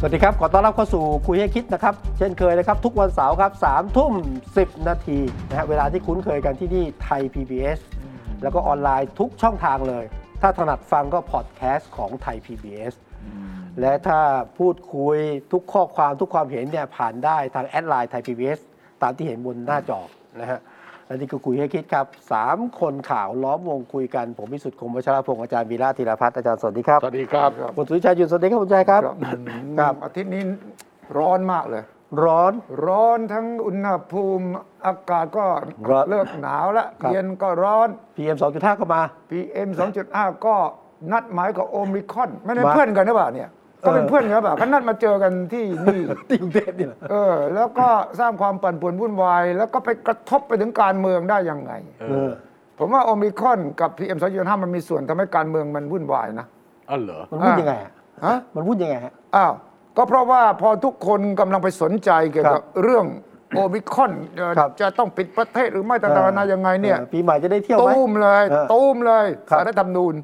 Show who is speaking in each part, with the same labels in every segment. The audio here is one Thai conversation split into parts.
Speaker 1: สวัสดีครับ ขอต้อนรับเข้าสู่คุยให้คิดนะครับ เช่นเคยนะครับ ทุกวันเสาร์ครับสามทุ่มสินาทีนะฮะเวลาที่คุ้นเคยกันที่นี่ไทย PBS แล้วก็ออนไลน์ทุกช่องทางเลย ถ้าถนัดฟังก็พอดแคสต์ของไทย PBS และถ้าพูดคุยทุกข้อความทุกความเห็นเนี่ยผ่านได้ทางแอดไลน์ไทย PBS ตามที่เห็นบนหน้าจอนะฮะและนี่คือคุยให้คิดครับสามคนข่าวล้อมวงคุยกัน ผมวิสุทธิ์คมวชรพงศ์อาจารย์วีระธีรพัฒน์อาจารย์สวัสดีครับ
Speaker 2: สวัสดีครับ
Speaker 1: คุณสุวิชัยหยุนสวัสดีครับคุณชายครับ ค
Speaker 2: ค
Speaker 1: รั
Speaker 2: รับ บอาทิตย์นี้ร้อนมากเลย
Speaker 1: ร้อน
Speaker 2: ร้อนทั้งอุณหภูมิอากาศก็
Speaker 1: ร้อน
Speaker 2: เลิกหนาวละ
Speaker 1: ครับ
Speaker 2: เย็นก็ร้อน
Speaker 1: PM 2.5 ก็มา
Speaker 2: PM 2.5 ก็นัดหมายกับโอมิคอนไม่ได้
Speaker 1: มา
Speaker 2: เพื่อนกันหรือเปล่าเนี่ยก็เป็น
Speaker 1: เออ
Speaker 2: เพื่อนกันหรือเปล่าก็นัดมาเจอกันที่นี่
Speaker 1: ที่กรุงเทพนี่แหละ
Speaker 2: เออ แล้วก็สร้างความปั่นป่วนวุ่นวาย แล้วก็ไปกระทบไปถึงการเมืองได้ยังไง
Speaker 1: เออ
Speaker 2: ผมว่าโอมิคอนกับ PM 2.5 มันมีส่วนทำให้การเมืองมันวุ่นวายนะ
Speaker 3: อ๋อเหรอ
Speaker 1: มันวุ่นยังไงอะ
Speaker 2: ฮะ
Speaker 1: มันวุ่นยังไงฮะ
Speaker 2: อ้าวก็เพราะว่าพอทุกคนกำลังไปสนใจเกี่ยวกับเรื่องโอมิคอนเอ่อ
Speaker 1: ครับ
Speaker 2: จะต้องปิดประเทศหรือไม่ต่างๆนานายังไงเนี่ย
Speaker 1: ออปีใหม่จะได้เที่ยวไหม
Speaker 2: ตูมเลย
Speaker 1: เออ
Speaker 2: ตูมเลย
Speaker 1: ครับ
Speaker 2: สารรัฐธรรมนูญ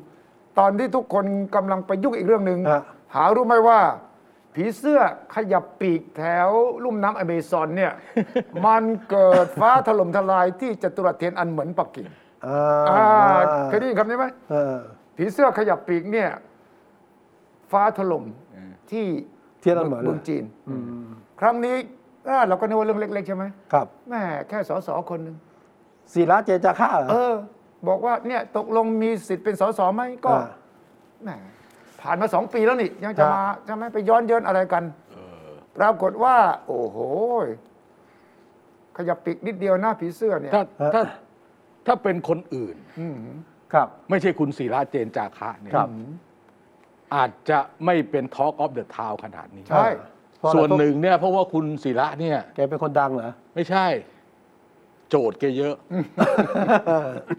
Speaker 2: ตอนที่ทุกคนกำลังไปยุ่งอีกเรื่องหนึ่ง
Speaker 1: ฮะ
Speaker 2: หารู้ไหมว่า ผีเสื้อขยับปีกแถวลุ่มน้ำอเมซอน เนี่ย มันเกิดฟ้าถล่มทลายที่จตุรัสเทียนอันเหมือนปักกิ่ง
Speaker 1: อ่า
Speaker 2: อ่าเคยได้ยินคำนี้ไหม
Speaker 1: เออ
Speaker 2: ผีเสื้อขยับปีกเนี่ย ฟ้าถล่มที่
Speaker 1: เทียนอันเหมิน
Speaker 2: เมืองจีนครั้งนี้อ่าเราก็นึกว่าเรื่องเล็ก ๆ ใช่ไหม
Speaker 1: ครับ
Speaker 2: แม่แค่สสคนหนึ่ง
Speaker 1: ศิระเจนจาค่าเหรอ
Speaker 2: เออ บอกว่าเนี่ยตกลงมีสิทธิ์เป็นสสไหมก็
Speaker 1: อ่า
Speaker 2: แหมผ่านมาสองปีแล้วนี่ ยังจะ
Speaker 1: ฮะ
Speaker 2: มาจะไม่ไปย้อนเยินอะไรกันปรากฏว่า โอ้โหขยับปีกนิดเดียวหน้าผีเสื้อเนี่ย
Speaker 3: ถ้าถ้าถ้าเป็นคนอื่น
Speaker 1: ครับ
Speaker 3: ไม่ใช่คุณศิระเจนจาคะเนี่ย
Speaker 1: ครับ
Speaker 3: อาจจะไม่เป็นทอ l k กออฟเดอะทาวขนาดนี้
Speaker 2: ใช่
Speaker 1: เพราะอะไร
Speaker 3: ส่วนหนึ่งเนี่ยเพราะว่าคุณศิระเนี่ย
Speaker 1: แกเป็นคนดังเหรอ
Speaker 3: ไม่ใช่ โจทย์แกเยอะ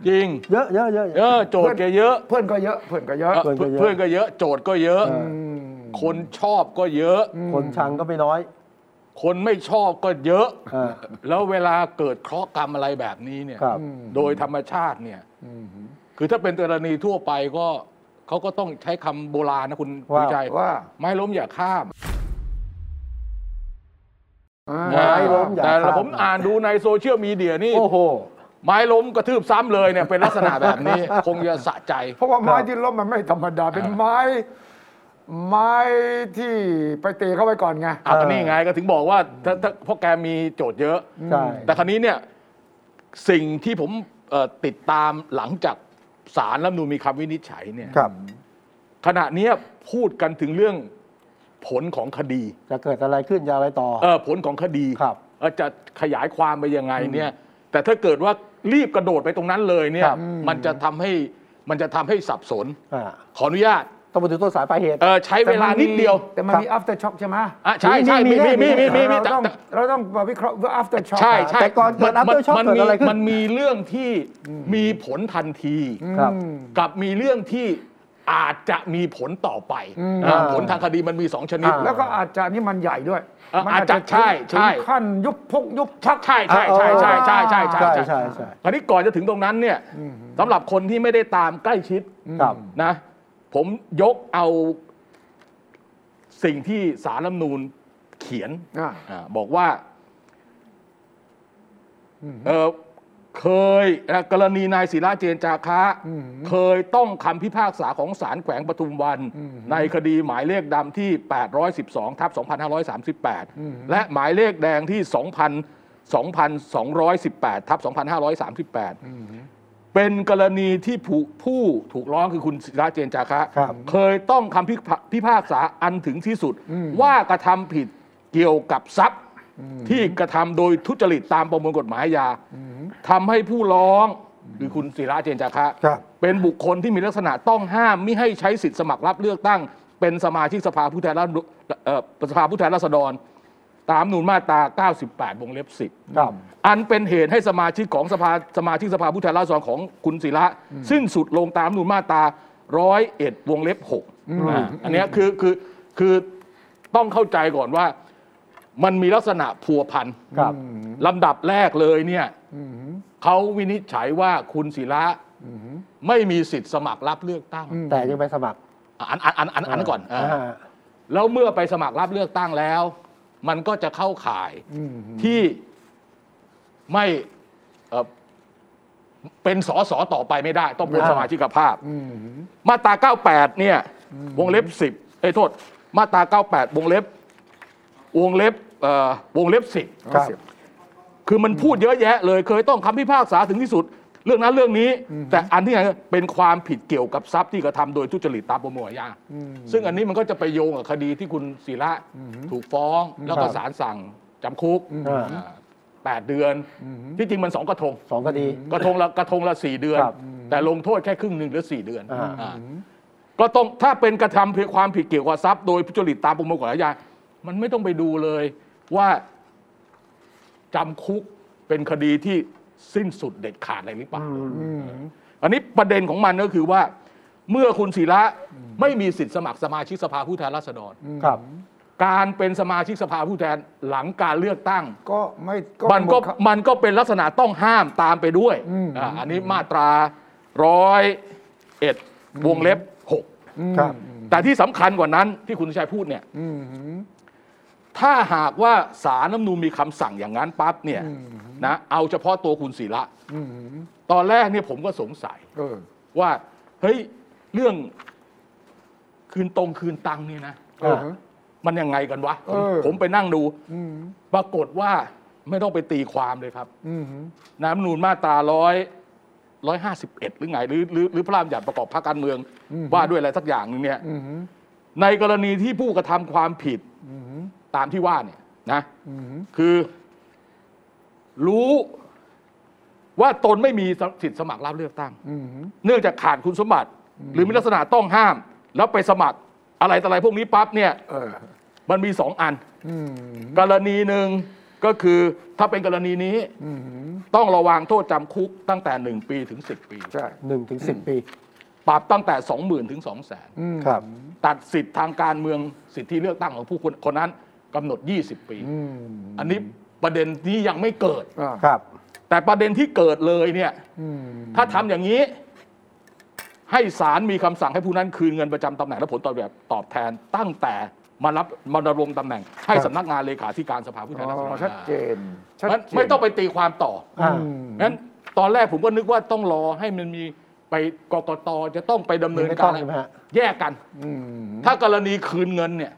Speaker 3: จริง
Speaker 1: เยอะเยอะเยอะ
Speaker 3: เออ โจทย์แกเยอะ
Speaker 2: เพื่อนก็เยอะเพื่อนก็เย
Speaker 3: เอ
Speaker 2: อะ
Speaker 3: อ
Speaker 1: เพื่อนก็เยอะ
Speaker 3: เพื่อนก็เยอะ โจทย์ก็เยอะ คนชอบก็เยอะ
Speaker 1: คนชังก็ไม่น้อย
Speaker 3: คนไม่ชอบก็เยอะ
Speaker 1: เออ
Speaker 3: แล้วเวลาเกิดเคราะห์กรรมอะไรแบบนี้เนี่ย
Speaker 1: ครับ
Speaker 3: โดยธรรมชาติเนี่ย คือถ้าเป็นกรณีทั่วไปก็เขาก็ต้องใช้คำโบราณนะคุณ
Speaker 1: ว่า
Speaker 3: วิจัย
Speaker 2: ว่า
Speaker 3: ไม้ล้มอย่าข้าม
Speaker 2: อ่า
Speaker 1: ไม้ล้มอย่า
Speaker 3: แต่
Speaker 1: ข้าม
Speaker 3: ผมอ่านดูในโซเชียลมีเดียนี่
Speaker 1: โอ้โห
Speaker 3: ไม้ล้มกระทืบซ้ำเลยเนี่ยเป็นลักษณะแบบนี้ คงจะสะใจ
Speaker 2: เพราะว่าไม้
Speaker 1: ครับ
Speaker 2: ที่ล้มมันไม่ธรรมดาเป็นไม้ไม้ที่ไปตีเข้าไปก่อนไง
Speaker 3: อ่ะก็นี่ไงก็ถึงบอกว่าถ้าถ้าเพราะแกมีโจทย์เยอะ
Speaker 1: ใช่
Speaker 3: แต่คราวนี้เนี่ยสิ่งที่ผมเอ่อติดตามหลังจากสารรัฐธรรมนูญมีคำวินิจฉัยเนี่ย
Speaker 1: ครับ
Speaker 3: ขณะเนี้ยพูดกันถึงเรื่องผลของคดี
Speaker 1: จะเกิดอะไรขึ้นจะอะไรต่อ
Speaker 3: เออผลของคดี
Speaker 1: ครับ
Speaker 3: เอ่อจะขยายความไปยังไงเนี่ยแต่ถ้าเกิดว่ารีบกระโดดไปตรงนั้นเลยเนี่
Speaker 1: ค
Speaker 3: ย
Speaker 1: รับ
Speaker 3: มันจะทำให้มันจะทำให้สับสน
Speaker 1: อ่า
Speaker 3: ขออนุญาต
Speaker 1: ต้องมาดูต้นสายปลายเหตุ
Speaker 3: เออใช้เวลานิดเดียว
Speaker 2: แต่มันมี after shock ใช่ไหม
Speaker 3: อ่ะใช่ใช่
Speaker 1: มี
Speaker 3: มี
Speaker 1: มี
Speaker 3: มี
Speaker 1: มี
Speaker 3: มี
Speaker 1: มี
Speaker 3: มีมีมี
Speaker 2: เรา
Speaker 3: แต่
Speaker 2: ต้อง
Speaker 3: แต่
Speaker 2: เราต้องมาวิเคราะห์ว่า after shock
Speaker 3: ใช่ใช่
Speaker 1: แต่ก่อนเกิด
Speaker 3: มั
Speaker 1: after shock
Speaker 3: มัน
Speaker 1: เกิดอะไรขึ้น
Speaker 3: มันมีเรื่องที่มีผลทันที
Speaker 1: ครับ
Speaker 3: กับมีเรื่องที่อาจจะมีผลต่อไปอ่าผลทางคดีมันมีสองชนิด
Speaker 1: อ่า
Speaker 2: แล้วก็อาจจะนี่มันใหญ่ด้วย
Speaker 3: เออ
Speaker 2: มัน
Speaker 3: อาจจะใช่ใช่
Speaker 2: ถึงขั้นยุบพกยุบ
Speaker 3: ชักใช่ใช่ใช่ใช่ใช่ใช่
Speaker 1: ใช่
Speaker 3: ใช่
Speaker 1: ใช่ใช่
Speaker 3: คราวนี้ก่อนจะถึงตรงนั้นเนี่ยสำหรับคนที่ไม่ได้ตามใกล้ชิด
Speaker 1: ครับ
Speaker 3: นะผมยกเอาสิ่งที่สารรัฐธรรมนูญเขียน
Speaker 2: อ่า
Speaker 3: อ่าบอกว่าเอ่อเคยนะกรณีนายศิระเจนจาคะ เคยต้องคำพิพากษาของศาลแขวงปทุมวัน ในคดีหมายเลขดำที่ 812ทับ2538 และหมายเลขแดงที่ 2,000 2,218ทับ2,538 เป็นกรณีที่ผู้ผู้ถูกร้องคือคุณศิระเจนจาคะ
Speaker 1: ครับ
Speaker 3: เคยต้องคำพิพาพิพากษาอันถึงที่สุด ว่ากระทำผิดเกี่ยวกับทรัพย์ ที่กระทำโดยทุจริตตามประมวลกฎหมายอาญาทำให้ผู้ร้องคือคุณศิระเจนจาคะ
Speaker 1: ครับ
Speaker 3: เป็นบุคคลที่มีลักษณะต้องห้ามไม่ให้ใช้สิทธิสมัครรับเลือกตั้ง เป็นสมาชิกสภาผู้แทนราษฎรเอ่อสภาผู้แทนราษฎร ตามหนุนมาตรา 98 วงเล็บ 10
Speaker 1: ครับ
Speaker 3: อันเป็นเหตุให้สมาชิกของสภาสมาชิกสภาผู้แทนราษฎรของคุณศิระสิ้นสุดลงตามหนุนมาตรา 101 วงเล็บ6อ่าอันเนี้ยคือคือคือต้องเข้าใจก่อนว่ามันมีลักษณะพัวพัน
Speaker 1: ครับ
Speaker 3: ลำดับแรกเลยเนี่ยเขาวินิจฉัยว่าคุณศิระไม่มีสิทธิ์สมัครรับเลือกตั้ง
Speaker 1: แต่ยังไปสมัคร
Speaker 3: อันอันอันอันอันนั้นก่อน
Speaker 1: อ่า
Speaker 3: เออแล้วเมื่อไปสมัครรับเลือกตั้งแล้ว มันก็จะเข้าข่ายที่ไม่เอ่อเป็นสสต่อไปไม่ได้ ต้องเป็นสมาชิกภาพ มาตรา 98 เนี่ย วงเล็บ 10เอ้ยโทษ มาตรา 98 วงเล็บ วงเล็บเอ่อวงเล็บ 10
Speaker 1: ครับ
Speaker 3: คือมันพูดเยอะแยะเลยเคยต้องคำพิพากษาถึงที่สุด เรื่องนั้นเรื่องนี้ แต่อันที่ไหนเป็นความผิดเกี่ยวกับทรัพย์ที่กระทำโดยทุจริตตามประมวลอาญาซึ่งอันนี้มันก็จะไปโยงกับคดีที่คุณศิระถูกฟ้อง แล้วก็ศาลสั่งจำคุก
Speaker 1: อ่า
Speaker 3: อ่าแปดเดือน ที่จริงมันสองกระทง
Speaker 1: สองคดี
Speaker 3: กระทงละกระทงละสี่เดือน
Speaker 1: ครับ
Speaker 3: แต่ลงโทษแค่ครึ่งหนึ่งหรือสี่เดือน
Speaker 1: อ่า
Speaker 3: อ่าก็ต้องถ้าเป็นกระทำเพียงความผิดเกี่ยวกับทรัพย์โดยทุจริตตามประมวลกฎหมายอาญามันไม่ต้องไปดูเลยว่าจำคุกเป็นคดีที่สิ้นสุดเด็ดขาดอะไรหรือเปล่าอันนี้ประเด็นของมันก็คือว่า เมื่อคุณศิระไม่มีสิทธิ์สมัครสมาชิกสภาผู้แทนราษฎร
Speaker 1: ครับ
Speaker 3: การเป็นสมาชิกสภาผู้แทนหลังการเลือกตั้ง
Speaker 2: ก็ไม่
Speaker 3: มันก็
Speaker 2: หดครับ
Speaker 3: มันก็เป็นลักษณะต้องห้ามตามไปด้วย
Speaker 2: อืม
Speaker 3: อ่าอันนี้มาตราร้อยเอ็ดวงเล็บหก
Speaker 1: ครับ
Speaker 3: แต่ที่สำคัญกว่านั้นที่คุณชัยพูดเนี่ย
Speaker 2: อืม
Speaker 3: ถ้าหากว่าสารน้ำนูนมีคำสั่งอย่างนั้นปั๊บเนี่ยนะเอาเฉพาะตัวคุณศิระ
Speaker 2: อืม
Speaker 3: ตอนแรกเนี่ยผมก็สงสัย
Speaker 2: เออ
Speaker 3: ว่าเฮ้ยเรื่องคืนตรงคืนตังเนี่ยนะ
Speaker 2: เออ
Speaker 3: มันยังไงกันวะผม
Speaker 2: เออ
Speaker 3: ผมไปนั่งดู
Speaker 2: อืม
Speaker 3: ปรากฏว่าไม่ต้องไปตีความเลยครับ
Speaker 2: อืม
Speaker 3: น้ำนูนมาตราร้อยร้อยห้าสิบเอ็ดหรือไงหรือหรือหรือพระราชบัญญัติประกอบพรรคการเมือง ว่าด้วยอะไรสักอย่างหนึงเนี่ย
Speaker 2: อืม
Speaker 3: ในกรณีที่ผู้กระทำความผิดตามที่ว่าเนี่ยนะ
Speaker 2: อืม
Speaker 3: คือ รู้ว่าตนไม่มีสิทธิสมัครรับเลือกตั้ง
Speaker 2: อืม
Speaker 3: เนื่องจากขาดคุณสมบัติ หรือมีลักษณะต้องห้าม แล้วไปสมัครอะไรต่ออะไรพวกนี้ปั๊บเนี่ย
Speaker 2: เออ
Speaker 3: มันมีสองอัน
Speaker 2: อืม
Speaker 3: กรณีหนึ่งก็คือถ้าเป็นกรณีนี้
Speaker 2: อืม
Speaker 3: ต้องระวังโทษจำคุกตั้งแต่หนึ่งปีถึงสิบปี
Speaker 2: ใช่
Speaker 1: หนึ่งถึงสิบปี
Speaker 3: ปรับตั้งแต่ 20,000 ถึง 200,000
Speaker 2: อืม
Speaker 1: ครับ
Speaker 3: ตัดสิทธิทางการเมืองสิทธิเลือกตั้งของผู้คนคนนั้นกำหนด 20 ปี
Speaker 2: อืม
Speaker 3: อันนี้ประเด็นนี้ยังไม่เกิด
Speaker 2: อ่า
Speaker 1: ครับ
Speaker 3: แต่ประเด็นที่เกิดเลยเนี่ย
Speaker 2: อืม
Speaker 3: ถ้าทำอย่างนี้ ให้ศาลมีคำสั่งให้ผู้นั้นคืนเงินประจำตำแหน่งและผลตอบแบบตอบแทนตั้งแต่มารับมาดำรงตำแหน่ง ให้
Speaker 1: ครับ
Speaker 3: สำนักงานเลขาธิการสภาผู้แท
Speaker 2: อ๋
Speaker 3: นราษฎ
Speaker 2: อ
Speaker 3: ร
Speaker 2: ชัดเจนชัด
Speaker 3: มัน
Speaker 2: เจน
Speaker 3: ไม่ต้องไปตีความต่อ
Speaker 1: อ่า
Speaker 2: อืม
Speaker 3: งั้นตอนแรกผมก็นึกว่าต้องรอให้มันมีไปกกตจะต้องไปดำเนิน
Speaker 1: ไม่
Speaker 3: กา
Speaker 1: ต้อ
Speaker 3: รง
Speaker 1: ใช่ไหมฮะ
Speaker 3: แยกกัน
Speaker 2: อืม
Speaker 3: ถ้ากรณีคืนเงินเนี่ย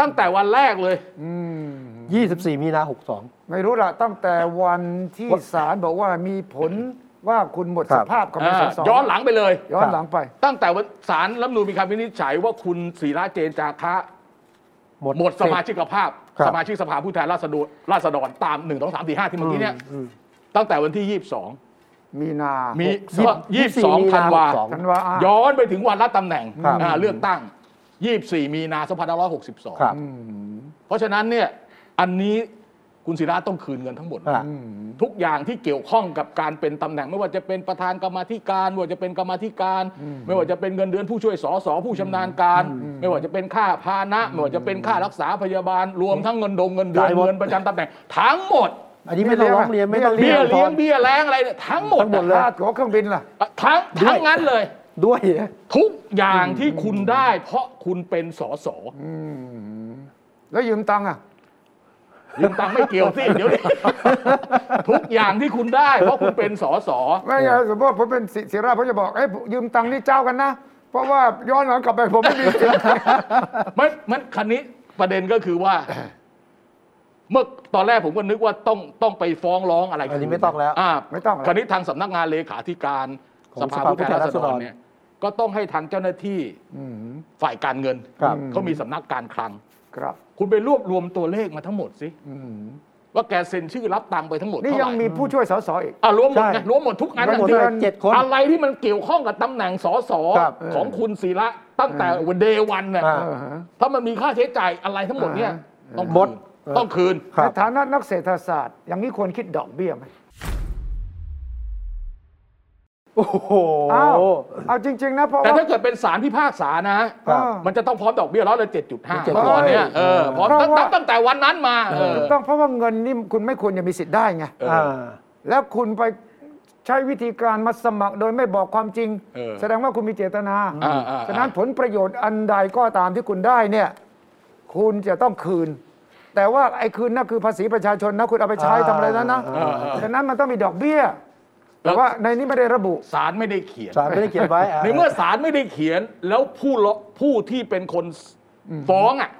Speaker 3: ตั้งแต่วันแรกเลย
Speaker 2: อืม
Speaker 1: ยี่สิบสี่มีนาหกสอง
Speaker 2: ไม่รู้ละตั้งแต่วันที่ศาลบอกว่ามีผลว่าคุณหมด
Speaker 1: ค
Speaker 2: ส
Speaker 1: รับ
Speaker 2: ภาพกับเป็นสส
Speaker 3: ย้อนหลังไปเลย
Speaker 2: ย้อนหลังไป
Speaker 3: ตั้งแต่วันศาลรัฐธรรมนูญมีคำวินิจฉัยว่าคุณศิระเจนจาคะ หมดสมาชิกภาพ
Speaker 1: ครับ
Speaker 3: สมาชิกสภาผู้แทนราษฎรราษฎรตาม1 2 3 4 5 ที่เมื่อกี้เนี่ย
Speaker 1: อืม
Speaker 3: ตั้งแต่วันที่ 22
Speaker 2: มีนา
Speaker 3: มี
Speaker 2: หกสิบ
Speaker 3: 22ธันวา
Speaker 1: หกสอง
Speaker 2: ธันวาอ่ะ
Speaker 3: ย้อนไปถึงวันรับตำแหน่ง
Speaker 1: ครับ
Speaker 3: อ่าเลือกตั้ง 24 มีนา
Speaker 1: ครับ
Speaker 3: 2562
Speaker 2: อืม
Speaker 3: เพราะฉะนั้นเนี่ยอันนี้คุณศิระต้องคืนเงินทั้งหมด
Speaker 1: อ่า
Speaker 2: อืม
Speaker 3: ทุกอย่างที่เกี่ยวข้องกับการเป็นตำแหน่ง ไม่ว่าจะเป็นประธานกรรมาธิการไม่ว่าจะเป็นกรรมาธิการ ไม่ว่าจะเป็นเงินเดือนผู้ช่วยสสผู้ชำนาญการ ไม่ว่าจะเป็นค่าพานะไม่ว่าจะเป็นค่ารักษาพยาบาล รวมทั้งเงินดงเงินเดือน
Speaker 1: จ่ายหมด
Speaker 3: เงินประจำตำแหน่งทั้งหมด
Speaker 1: อันนี้ไม่ต้องร้องเรียนไม่ต้อง
Speaker 3: เบี้ย
Speaker 1: ตอ
Speaker 3: เลี้ยง
Speaker 1: น
Speaker 3: เบี้ยแรงอะไรเนี่ยทั้งหมด
Speaker 1: ทั้งหมด
Speaker 3: อะ
Speaker 1: เลย
Speaker 2: ธาตุของเครื่องบินล่ะ
Speaker 3: ทั้งทั้งนั้นเลย
Speaker 1: ด้วย
Speaker 3: ทุกอย่างที่คุณได้ เพราะคุณเป็นสส
Speaker 2: แล้วยืมตังค์อ่ะ
Speaker 3: ยืมตังค์ไม่เกี่ยวสิเดี๋ยวนี้ทุกอย่างที่คุณได้ เพราะคุณเป็นสส
Speaker 2: ไม่ใช่สมมติว่าผมเป็นศิศิราผมจะบอกเอ้ยยืมตังค์นี่เจ้ากันนะ เพราะว่าย้อนหลังกลับไปผมไม่มี
Speaker 3: มันมันคันนี้ประเด็นก็คือว่า เมื่อตอนแรกผมก็นึกว่าต้องต้องไปฟ้องร้องอะไร
Speaker 1: อันนี้ไม่ต้องแล้ว
Speaker 3: า
Speaker 2: ไม่ต้องแล้ว
Speaker 3: คันนี้ทางสำนักงานเลขาธิการ
Speaker 1: ของ
Speaker 3: สภาผู้
Speaker 1: สภาผู้แท
Speaker 3: แทน
Speaker 1: น
Speaker 3: รา
Speaker 1: รา
Speaker 3: ษ
Speaker 1: ษ
Speaker 3: ฎ
Speaker 1: ฎ
Speaker 3: ร
Speaker 1: ร
Speaker 3: เนี่ย ก็ต้องให้ทางเจ้าหน้าที่
Speaker 2: อืม
Speaker 3: ฝ่ายการเงิน
Speaker 1: ครับ
Speaker 3: เขามีสำนักการคลัง
Speaker 2: ครับ
Speaker 3: คุณไปรวบรวมตัวเลขมาทั้งหมดสิ
Speaker 2: อืม
Speaker 3: ว่าแกเซ็นชื่อรับตังค์ไปทั้งหมด
Speaker 2: นี่
Speaker 3: เท่า
Speaker 2: ยัง
Speaker 3: ไหร่
Speaker 2: มีผู้ช่วยสสอีก
Speaker 3: อ่ะรวมหมด
Speaker 1: ใช่
Speaker 3: ไงรวมหมดทุกอัน
Speaker 1: ทั้ง
Speaker 3: อะ
Speaker 1: หมด
Speaker 3: ที่
Speaker 1: เลยเจ็ดคน
Speaker 3: อะไรที่มันเกี่ยวข้องกับตำแหน่งสส
Speaker 1: ครับ
Speaker 3: ของคุณศิระตั้งแต่วันเดวันน่ะ
Speaker 1: อ่า
Speaker 2: เออฮะ
Speaker 3: ถ้ามันมีค่าใช้จ่ายอะไรทั้งหมดเนี่ย
Speaker 2: อ่า
Speaker 3: ต้
Speaker 1: หมด
Speaker 3: องคืนต้องคืน
Speaker 1: ครั
Speaker 2: ใน
Speaker 1: บ
Speaker 2: ฐานะนักเศรษฐศาสตร์ อย่างนี้ควรคิดดอกเบี้ยไหม
Speaker 1: โอ้โห
Speaker 2: อ้าวเอาจริง ๆ นะเพราะ
Speaker 3: แต่
Speaker 2: ว่า
Speaker 3: ถ้าเกิดเป็นสารพิพากษานะ
Speaker 1: ครับ
Speaker 3: มันจะต้องพร้อมดอกเบี้ยร้อยละเจ็ดจุดห้า
Speaker 1: เจ็ด
Speaker 3: ตอนเนี้ยเออพร้อม
Speaker 2: เพราะ
Speaker 3: ตั้ง
Speaker 2: ว่า
Speaker 3: ตั้งแต่วันนั้นมาเออ
Speaker 1: ถูก
Speaker 2: ต้องเพราะว่าเงินนี่คุณไม่ควรจะมีสิทธิ์ได้ไง
Speaker 3: เออ
Speaker 1: อ่า
Speaker 2: แล้วคุณไปใช้วิธีการมาสมัครโดยไม่บอกความจริง
Speaker 3: เออ
Speaker 2: แสดงว่าคุณมีเจตนา
Speaker 3: อ่าอ่า
Speaker 2: ฉะนั้นผลประโยชน์อันใดก็ตามที่คุณได้เนี่ย คุณจะต้องคืน แต่ว่าไอ้คืนนั่นคือภาษีประชาชนนะคุณเอาไปใช้
Speaker 1: อ่า
Speaker 2: ทำอะไรนั้นนะ
Speaker 1: อ่าอ่า
Speaker 2: ฉะนั้นมันต้องมีดอกเบี้ย แต่ว่าในนี้ไม่ได้ระบุ
Speaker 3: สารไม่ได้เขียน
Speaker 1: ศาลไม่ได้เขียนไว้อ่ะ
Speaker 3: ในเมื่อศาลไม่ได้เขียนแล้วผู้ละผู้ที่เป็นคนฟ้องอ่ะ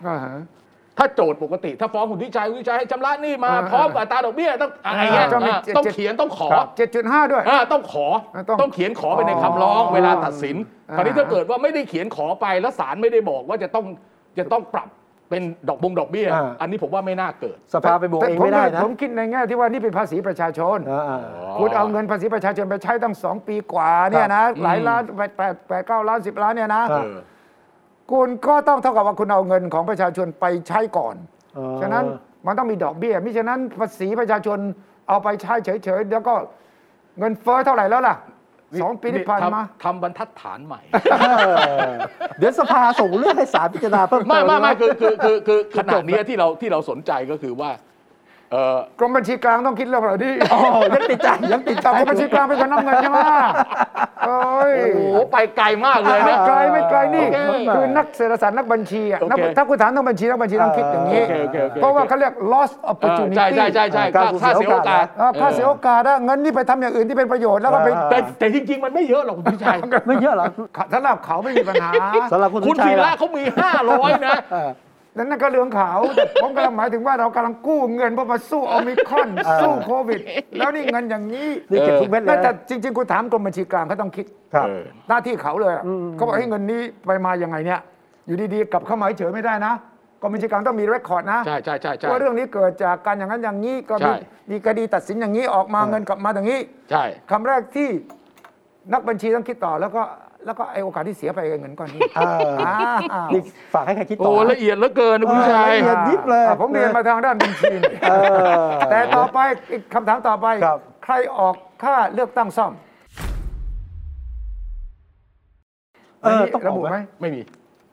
Speaker 3: ถ้าโจทย์ปกติ ถ้าฟ้องคุณทิชัยคุณทิชัยให้ชำระหนี้มา
Speaker 2: อ่า
Speaker 3: พร้อมกับอัตราดอกเบี้ยต้องอะไรเงี้ย
Speaker 2: อ่าต้องมี
Speaker 3: อ่า
Speaker 2: เจ็ด
Speaker 3: ต้อง
Speaker 2: เจ็ด
Speaker 3: เขียนต้องขอ
Speaker 2: เจ็ดจุดห้าด้วย
Speaker 3: อ่าต้องขอ
Speaker 2: ต้อง
Speaker 3: ต้องเขียนขอไปในคำร้อง เวลาตัดสิน
Speaker 2: อ่า
Speaker 3: คราวนี้ถ้าเกิดว่าไม่ได้เขียนขอไปแล้วศาลไม่ได้บอกว่าจะต้องจะต้องปรับเป็นดอกบงดอกเบี้ย
Speaker 1: อ่า
Speaker 3: อันนี้ผมว่าไม่น่าเกิด
Speaker 1: สภาไปบวก
Speaker 2: แต่
Speaker 1: เอง
Speaker 2: ผ
Speaker 1: ไม่ได้นะ
Speaker 2: ผมคิดในแง่ที่ว่านี่เป็นภาษีประชาชน
Speaker 1: อ่า
Speaker 2: คุณเอาเงินภาษีประชาชนไปใช้ตั้งสองปีกว่าเนี่ยนะ หลายล้านแปดแปดแปดเก้าล้านสิบล้านเนี่ยนะ
Speaker 1: เออ
Speaker 3: เออ
Speaker 2: คุณก็ต้องเท่ากับว่าคุณเอาเงินของประชาชนไปใช้ก่อน
Speaker 1: อ๋อ
Speaker 2: ฉะนั้นมันต้องมีดอกเบี้ยมิฉะนั้นภาษีประชาชนเอาไปใช้เฉยๆ แล้วก็เงินเฟ้อเท่าไหร่แล้วล่ะสองปีที่ผ่านมา
Speaker 3: ทำทำบรรทัดฐานใหม่
Speaker 1: เออเดี๋ยวสภาส่งเรื่องให้ศาลพิจารณาเพิ่มเติม
Speaker 3: ไม่ไม่ไม่
Speaker 1: นะ
Speaker 3: คือคือคือ คือขนาดเนี้ยที่เราที่เราสนใจก็คือว่าเออก
Speaker 2: รมบัญชีกลางต้องคิดเรื่องเหล่านี้
Speaker 1: โอ้ยังติดใจยังติดใจ
Speaker 2: แต่กรมบัญชีกลางเป็นคนนับเงินใช่ไหมโอ้ย
Speaker 3: โอ้โหไปไกลมากเลย
Speaker 2: ไม่
Speaker 3: นะ
Speaker 2: ไกลไม่ไกลนี่
Speaker 3: โอเค
Speaker 2: คือนักเศรษฐศาสตร์นักบัญชีอะ
Speaker 3: โอเค
Speaker 2: นักถ้าคุณถามนักบัญชีนักบัญชีต้องคิดอย่างนี้
Speaker 3: โอเคโอเคโอเค
Speaker 2: เพราะว่าเขาเรียก loss
Speaker 3: เออ
Speaker 2: opportunity
Speaker 3: ใช่ใช่ใช่ใช่
Speaker 1: การ
Speaker 3: ค่าค่า
Speaker 1: สูญ
Speaker 3: เสีย
Speaker 1: เสีย
Speaker 3: โอก
Speaker 1: โอาก
Speaker 3: า
Speaker 1: ส
Speaker 3: ส
Speaker 2: เออค่าเสียโอกาสอะเงินนี่ไปทำอย่างอื่นที่เป็นประโยชน์แล้วก็ไป
Speaker 3: แต่แต่จริง ๆ มันไม่เยอะหรอกคุณพิชัย
Speaker 1: ไม่เยอะหรอ
Speaker 2: สำหรับเขาไม่มีปัญหา
Speaker 1: สำหรับคุณ
Speaker 3: คุณ
Speaker 1: ชั
Speaker 3: ศิ
Speaker 1: ย
Speaker 3: ระเขามี 500 นะ
Speaker 1: เออ
Speaker 2: นั่นน่ะก็เรื่องเขาแต่ผมกำลังหมายถึงว่าเรากำลังกู้เงินเพื่อมาสู้โอมิครอน
Speaker 1: เออ
Speaker 2: สู้โควิด แล้วนี่เงินอย่างนี้
Speaker 1: นี่เก็บทุกเม็ดเล
Speaker 2: ไม่
Speaker 1: ยนะ
Speaker 2: แต่จริง ๆ กูถามกรมบัญชีกลางเขาต้องคิด
Speaker 1: ครับ
Speaker 3: เออ
Speaker 2: หน้าที่เขาเลยอะเขาบอกให้เงินนี้ไปมายังไงเนี่ย อยู่ดีๆกลับเข้ามาเฉยๆไม่ได้นะกรมบัญชีกลางต้องมีเรคคอร์ดนะ
Speaker 3: ใช่ใช่ใช่ใช่
Speaker 2: ว่าเรื่องนี้เกิดจากการอย่างนั้นอย่างนี้ก็มี
Speaker 3: ใช่
Speaker 2: มีคดีตัดสินอย่างนี้ออกมาเงินกลับมาอย่างนี้
Speaker 3: ใช่
Speaker 2: คำแรกที่นักบัญชีต้องคิดต่อแล้วก็แล้วก็ไอโอกาสที่เสียไปกับเงินก้อนนี้
Speaker 1: เอออ่
Speaker 2: า
Speaker 1: นี่ฝากให้ใครคิดต่
Speaker 3: โอ้
Speaker 1: อนะ
Speaker 3: ละเอียดเหลือเกินนะคุณพิชัย
Speaker 1: เออละเอียด นบเลย
Speaker 2: อ่ะผมเรียนมาทางด้านบัญชี
Speaker 1: เออ
Speaker 2: แต่ต่อไปอีกคำถามต่อไป
Speaker 1: ครับ
Speaker 2: ใครออกค่าเลือกตั้งซ่อม
Speaker 1: เออต้อง
Speaker 2: ระ
Speaker 1: ออ
Speaker 2: บุ
Speaker 1: กไห
Speaker 2: ไห
Speaker 1: ม
Speaker 2: ม
Speaker 3: ไม่มี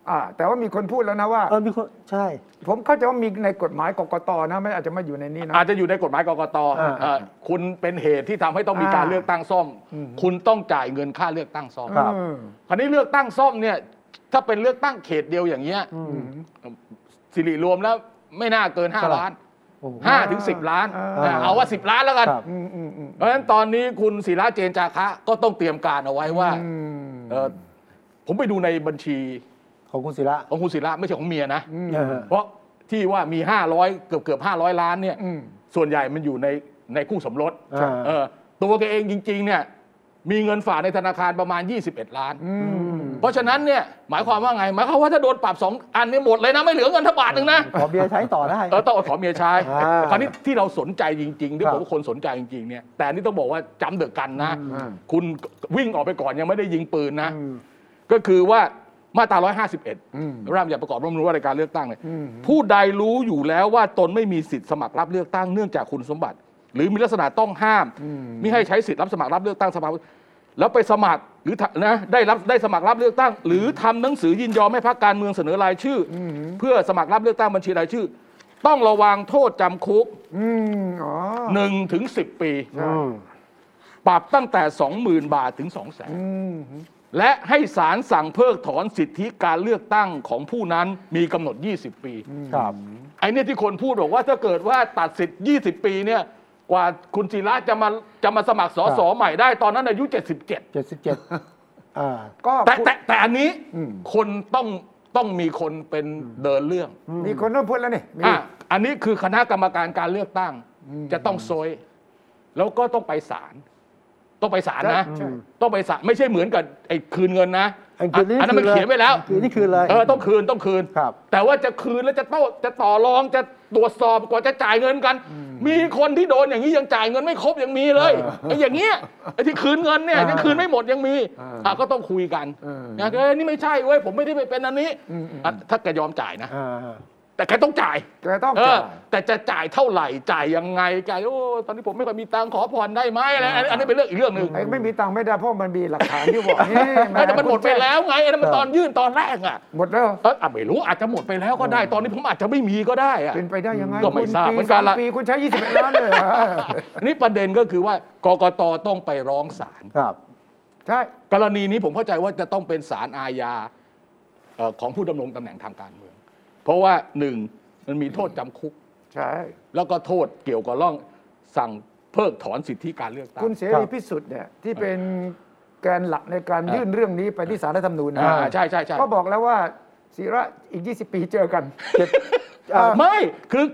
Speaker 2: อ่าแต่ว่ามีคนพูดแล้วนะว่า
Speaker 1: เออมีคนใช่
Speaker 2: ผมเข้าใจว่ามีในกฎหมายกกตนะไม่อาจจะไม่อยู่ในนี้นะ
Speaker 3: อาจจะอยู่ในกฎหมายกกต
Speaker 1: อ่า
Speaker 3: เอ่อคุณเป็นเหตุที่ทำให้ต้องมีการ
Speaker 2: อ่า
Speaker 3: เลือกตั้งซ่อม คุณต้องจ่ายเงินค่าเลือกตั้งซ่อม
Speaker 1: ครับ
Speaker 2: อืม
Speaker 3: คราวนี้เลือกตั้งซ่อมเนี่ยถ้าเป็นเลือกตั้งเขตเดียวอย่างเงี้ยสิริรวมแล้วไม่น่าเกิน
Speaker 1: เท่าไหร่
Speaker 3: 5 ล้าน
Speaker 1: โอ้โห
Speaker 3: 5ถึง 10 ล้าน
Speaker 2: อ่า
Speaker 3: นะเอาว่า 10 ล้านแล้วกัน
Speaker 1: ครับ
Speaker 2: อืมอืมอืม
Speaker 3: เพราะฉะนั้นตอนนี้คุณศิระเจนจาคะก็ต้องเตรียมการเอาไว้ว่า
Speaker 2: อืม
Speaker 3: เอ่อผมไปดูในบัญชี
Speaker 1: ของคุณศิระ
Speaker 3: ของคุณศิระไม่ใช่ของเมียนะ
Speaker 1: เออ
Speaker 3: เพราะที่ว่ามี 500 เกือบเกือบ500 ล้านเนี่ย
Speaker 2: อืม
Speaker 3: ส่วนใหญ่มันอยู่ในในคู่สมรส
Speaker 1: อ่า
Speaker 3: เออตัวแกเองจริงๆเนี่ยมีเงินฝากในธนาคารประมาณ 21 ล้าน
Speaker 2: อืม
Speaker 3: เพราะฉะนั้นเนี่ยหมายความว่าไงหมายความว่าถ้าโดนปรับสองอันนี้หมดเลยนะ ไม่เหลือเงินทบาทหนึ่งนะ
Speaker 1: ขอเบียร์ใช้ต่อได้
Speaker 3: เออต้องเอาขอเมียใช้
Speaker 1: อ่า
Speaker 3: คราวนี้ที่เราสนใจจริงๆที่
Speaker 1: ครับ
Speaker 3: ผมว่าคนสนใจจริงๆเนี่ยแต่อันนี่ต้องบอกว่าจำเดือะกันนะ คุณวิ่งออกไปก่อนยังไม่ได้ยิงปืนนะ ก็คือว่ามาตรา 151ร่างบัญญัติประกอบรัฐธรรมนูญว่าในการเลือกตั้งเนี่ยผู้ใดรู้อยู่แล้วว่าตนไม่มีสิทธิ์สมัครรับเลือกตั้งเนื่องจากคุณสมบัติ หรือมีลักษณะต้องห้ามมิให้ใช้สิทธิ์รับสมัครรับเลือกตั้งสมัคร แล้วไปสมัครหรือทะนะได้รับได้สมัครรับเลือกตั้ง หรือทำหนังสือยินยอมให้พรรคการเมืองเสนอรายชื่ออเพื่อสมัครรับเลือกตั้งบัญชีรายชื่อ ต้องระวังโทษจำคุก
Speaker 2: อืมอ๋อ
Speaker 3: 1นถึงสิปี
Speaker 1: อืม
Speaker 3: ปรับตั้งแต่ 20,000 บาทถึง 2 0 0 0 0น
Speaker 2: อืม
Speaker 3: และให้ศาลสั่งเพิกถอนสิทธิการเลือกตั้งของผู้นั้นมีกำหนด 20 ปี
Speaker 1: ครับ
Speaker 3: ไอ้เนี่ยที่คนพูดบอกว่าถ้าเกิดว่าตัดสิทธิ์ 20 ปีเนี่ยกว่าคุณศิระจะมาจะมาสมัครสสใหม่ได้ตอนนั้นอายุ 77
Speaker 1: เจ็ดสิบเจ็ดอ่า
Speaker 2: ก็
Speaker 3: แต่
Speaker 2: พูด
Speaker 3: แต่แต่อันนี้คนต้องต้องมีคนเป็นเดินเรื่อง
Speaker 2: มีคนเริ่มพูดแล้วนี่มี
Speaker 3: อ่ะอันนี้คือคณะกรรมการการเลือกตั้ง จะต้องโซยแล้วก็ต้องไปศาลต้องไปศาลนะ
Speaker 2: ใช่
Speaker 3: ต้องไปศาลไม่ใช่เหมือนกับไอ้คืนเงินนะ
Speaker 1: ไอ้คืนนี้
Speaker 3: นนั้นมัน
Speaker 1: คืนเลย
Speaker 3: เขียนไว้แล้ว
Speaker 1: คืนนี้คืนเลย
Speaker 3: เออต้องคืนต้องคืน
Speaker 1: ครับ
Speaker 3: แต่ว่าจะคืนแล้วจะโต้จะต่อรองจะตรวจสอบกว่าจะจ่ายเงินกัน มีคนที่โดนอย่างนี้ยังจ่ายเงินไม่ครบยังมีเลยไอ้อย่างเงี้ยไอ้ที่คืนเงินเนี่ยยังคืนไม่หมดยังมีอ่ะก็ต้องคุยกัน
Speaker 2: เออ
Speaker 3: นะเอ้ยนี่ไม่ใช่เว้ยผมไม่ได้ไปเป็นอันนี้อ่ะถ้าแกยอมจ่ายนะ
Speaker 1: อ่า
Speaker 3: แต่แกต้องจ่าย
Speaker 2: แกต้อง
Speaker 3: เอ
Speaker 2: จ่า
Speaker 3: อย แต่จะจ่ายเท่าไหร่จ่ายยังไงจ่ายโอ้ตอนนี้ผมไม่ค่อยมีตังค์ขอผ่อนได้ไหมอะไรอันอันนี้เป็นเรื่องอีกเรื่องหนึ่ง
Speaker 2: ไอ้ไม่มีตังค์ไม่ได้เพราะมันมีหลักฐานที่ บอกนี่
Speaker 3: เออแต่มันหมดไปแล้วไงอันนั้นมัน
Speaker 1: เออ
Speaker 3: ตอนยื่นตอนแรกอ่ะ
Speaker 2: หมดแล้ว
Speaker 3: เอออ่ะไม่รู้อาจจะหมดไปแล้วก็ได้ตอนนี้ผมอาจจะไม่มีก็ได้อ่ะ
Speaker 2: เป็นไปได้ยังไง
Speaker 3: ก็ไม่
Speaker 2: คุณ
Speaker 3: ทราบ
Speaker 2: ปี
Speaker 3: เหมือนกัน
Speaker 2: สาม
Speaker 3: ละ
Speaker 2: ปีคุณใช้21ล้านเลยเหรอ
Speaker 3: นี่ประเด็นก็คือว่ากกตต้องไปร้องศาล
Speaker 1: ครับ
Speaker 2: ใช่
Speaker 3: กรณีนี้ผมเข้าใจว่าจะต้องเป็นศาลอาญาเอ่อของผู้ดำรงตำแหน่งทางการเมือง เพราะว่าหนึ่งมันมีโทษจำคุก
Speaker 2: ใช่
Speaker 3: แล้วก็โทษเกี่ยวกับร่องสั่งเพิกถอนสิทธิการเลือกตั้ง
Speaker 2: คุณเสรีพิสุทธิ์เนี่ยที่เป็นแกนหลักในการ
Speaker 3: อ่ะ
Speaker 2: ยื่นเรื่องนี้ไปที่สารรัฐธรรมนูญนะ
Speaker 3: อ่าใช่ใช่ใช่
Speaker 2: ก็บอกแล้วว่าศิระอีก 20 ปีเจอกัน
Speaker 1: อ่า
Speaker 3: ไม่ คือ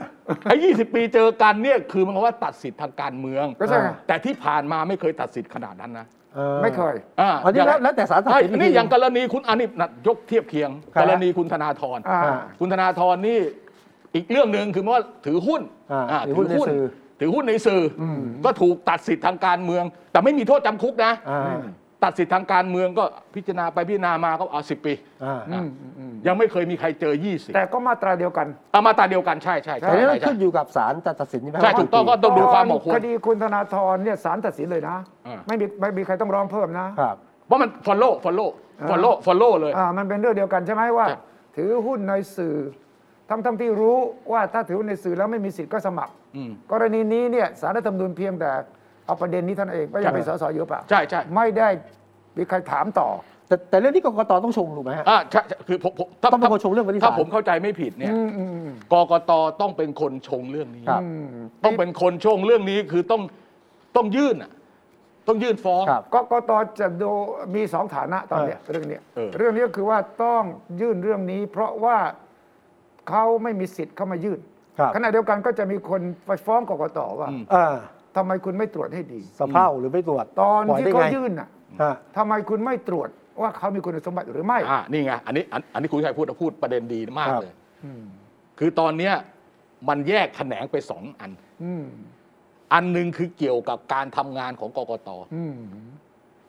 Speaker 3: ไอ้ยีปีเจอกันเนี่ยคือมันว่าตัดสิทธิ์ทางการเมือง
Speaker 2: ก็ใช่ไง
Speaker 3: แต่ที่ผ่านมาไม่เคยตัดสิทธิ์ขนาดนั้นนะ
Speaker 1: เอ่อ
Speaker 2: ไม่เคย
Speaker 3: อ่า
Speaker 1: อันนี้แล้ว
Speaker 3: ย่าง
Speaker 1: แล้วแต่สารตัด
Speaker 3: ไอ้
Speaker 1: สินกที
Speaker 3: นี่อย่างกรณีคุณอันนี้นะยกเทียบเคียง
Speaker 1: ครับ
Speaker 3: กรณีคุณธนาธร
Speaker 2: อ่า
Speaker 3: คุณธนาธรนี่อีกเรื่องหนึ่งคือว่าถือหุ้น
Speaker 1: อ่า
Speaker 3: อ่า
Speaker 1: ถือหุ้นในสื่อ
Speaker 3: ถือหุ้นในสื่ออก็ถูกตัดสิทธิ์ทางการเมือง แต่ไม่มีโทษจำคุกนะ
Speaker 1: อ่า
Speaker 3: ตัดสิทธิ์ทางการเมืองก็พิจารณาไปพิจารณามาก็เอาสิปี
Speaker 1: อ่า
Speaker 3: อ่ะยังไม่เคยมีใครเจอ 20
Speaker 2: แต่ก็มาตราเดียวกัน
Speaker 3: เอามาตราเดียวกันใช่ใช่ใช่
Speaker 1: แต่นี่
Speaker 3: ใช่
Speaker 1: ขึ้นอยู่กับศาลจะตัดสินใช่ไหม
Speaker 3: ใช่ถูกต้องก็ต้องดูความเหมาะคว
Speaker 2: ค
Speaker 3: ร
Speaker 2: ดีคุณธนาธรเนี่ยศาลตัดสินเลยนะ
Speaker 3: อ่า
Speaker 2: ไม่มีไม่มีใครต้องร้องเพิ่มนะ
Speaker 1: ครับ
Speaker 3: ว่ามัน follow follow follow follow เลย
Speaker 2: อ่ามันเป็นเรื่องเดียวกันใช่ไหมว่า
Speaker 3: ครับ
Speaker 2: ถือหุ้นในสื่อทั้งทั้งที่รู้ว่าถ้าถือหุ้นในสื่อแล้วไม่มีสิทธิ์ก็สมัคร
Speaker 3: อืม
Speaker 2: กรณีนี้เนี่ยสารรัฐธรรมนูญเพียงแต่เอาประเด็นนี้เท่านนเองว่ายังเป็นสสอยู่หรือเปล่า
Speaker 3: ใช่ใช่
Speaker 2: ไม่ได้มีใครถามต่อ
Speaker 1: แต่แต่เรื่องนี้กกตต้องชงถูกไหมฮะ
Speaker 3: อ่าใช่ใช่คือผมผมถ้า
Speaker 1: ต้องเป็น
Speaker 3: ถ้า
Speaker 1: คนชงเรื่องไว้ที่
Speaker 3: ถ้า
Speaker 1: ศาล
Speaker 3: ผมเข้าใจไม่ผิดเนี่ย
Speaker 2: อืมอืมอืม
Speaker 3: กกตต้องเป็นคนชงเรื่องนี้
Speaker 1: ครับ
Speaker 3: ต้องเป็นคนชงเรื่องนี้คือต้องต้องยื่นอ่ะต้องยื่นฟ้อง
Speaker 1: ครับ
Speaker 2: กกตจะดูมีสองฐานะตอนเนี้ยเรื่องเนี้ย
Speaker 3: เออ
Speaker 2: เรื่องนี้ก็คือว่าต้องยื่นเรื่องนี้ เพราะว่าเขาไม่มีสิทธิ์เข้ามายื่น
Speaker 1: ครับ
Speaker 2: ขณะเดียวกันก็จะมีคนไปฟ้องกกตว่า
Speaker 1: อ่า
Speaker 2: ทำไมคุณไม่ตรวจให้ดี
Speaker 1: สะเพร่าหรือไม่ตรวจ
Speaker 2: ตอน
Speaker 1: ปล่ย
Speaker 2: ที่
Speaker 1: ได้
Speaker 2: เขา
Speaker 1: ไง
Speaker 2: ยื่นน่ะ
Speaker 1: ฮะ
Speaker 2: ทำไมคุณไม่ตรวจว่าเขามีคุณสมบัติหรือไม่
Speaker 3: อ่านี่ไงอันนี้อันอันนี้คุณชัยพูดพูดประเด็นดีมาก
Speaker 1: ครับ
Speaker 3: เลยคือตอนเนี้ยมันแยกแขนงไปสองอัน
Speaker 2: อืม
Speaker 3: อันหนึ่งคือเกี่ยวกับการทำงานของกกต
Speaker 2: อืม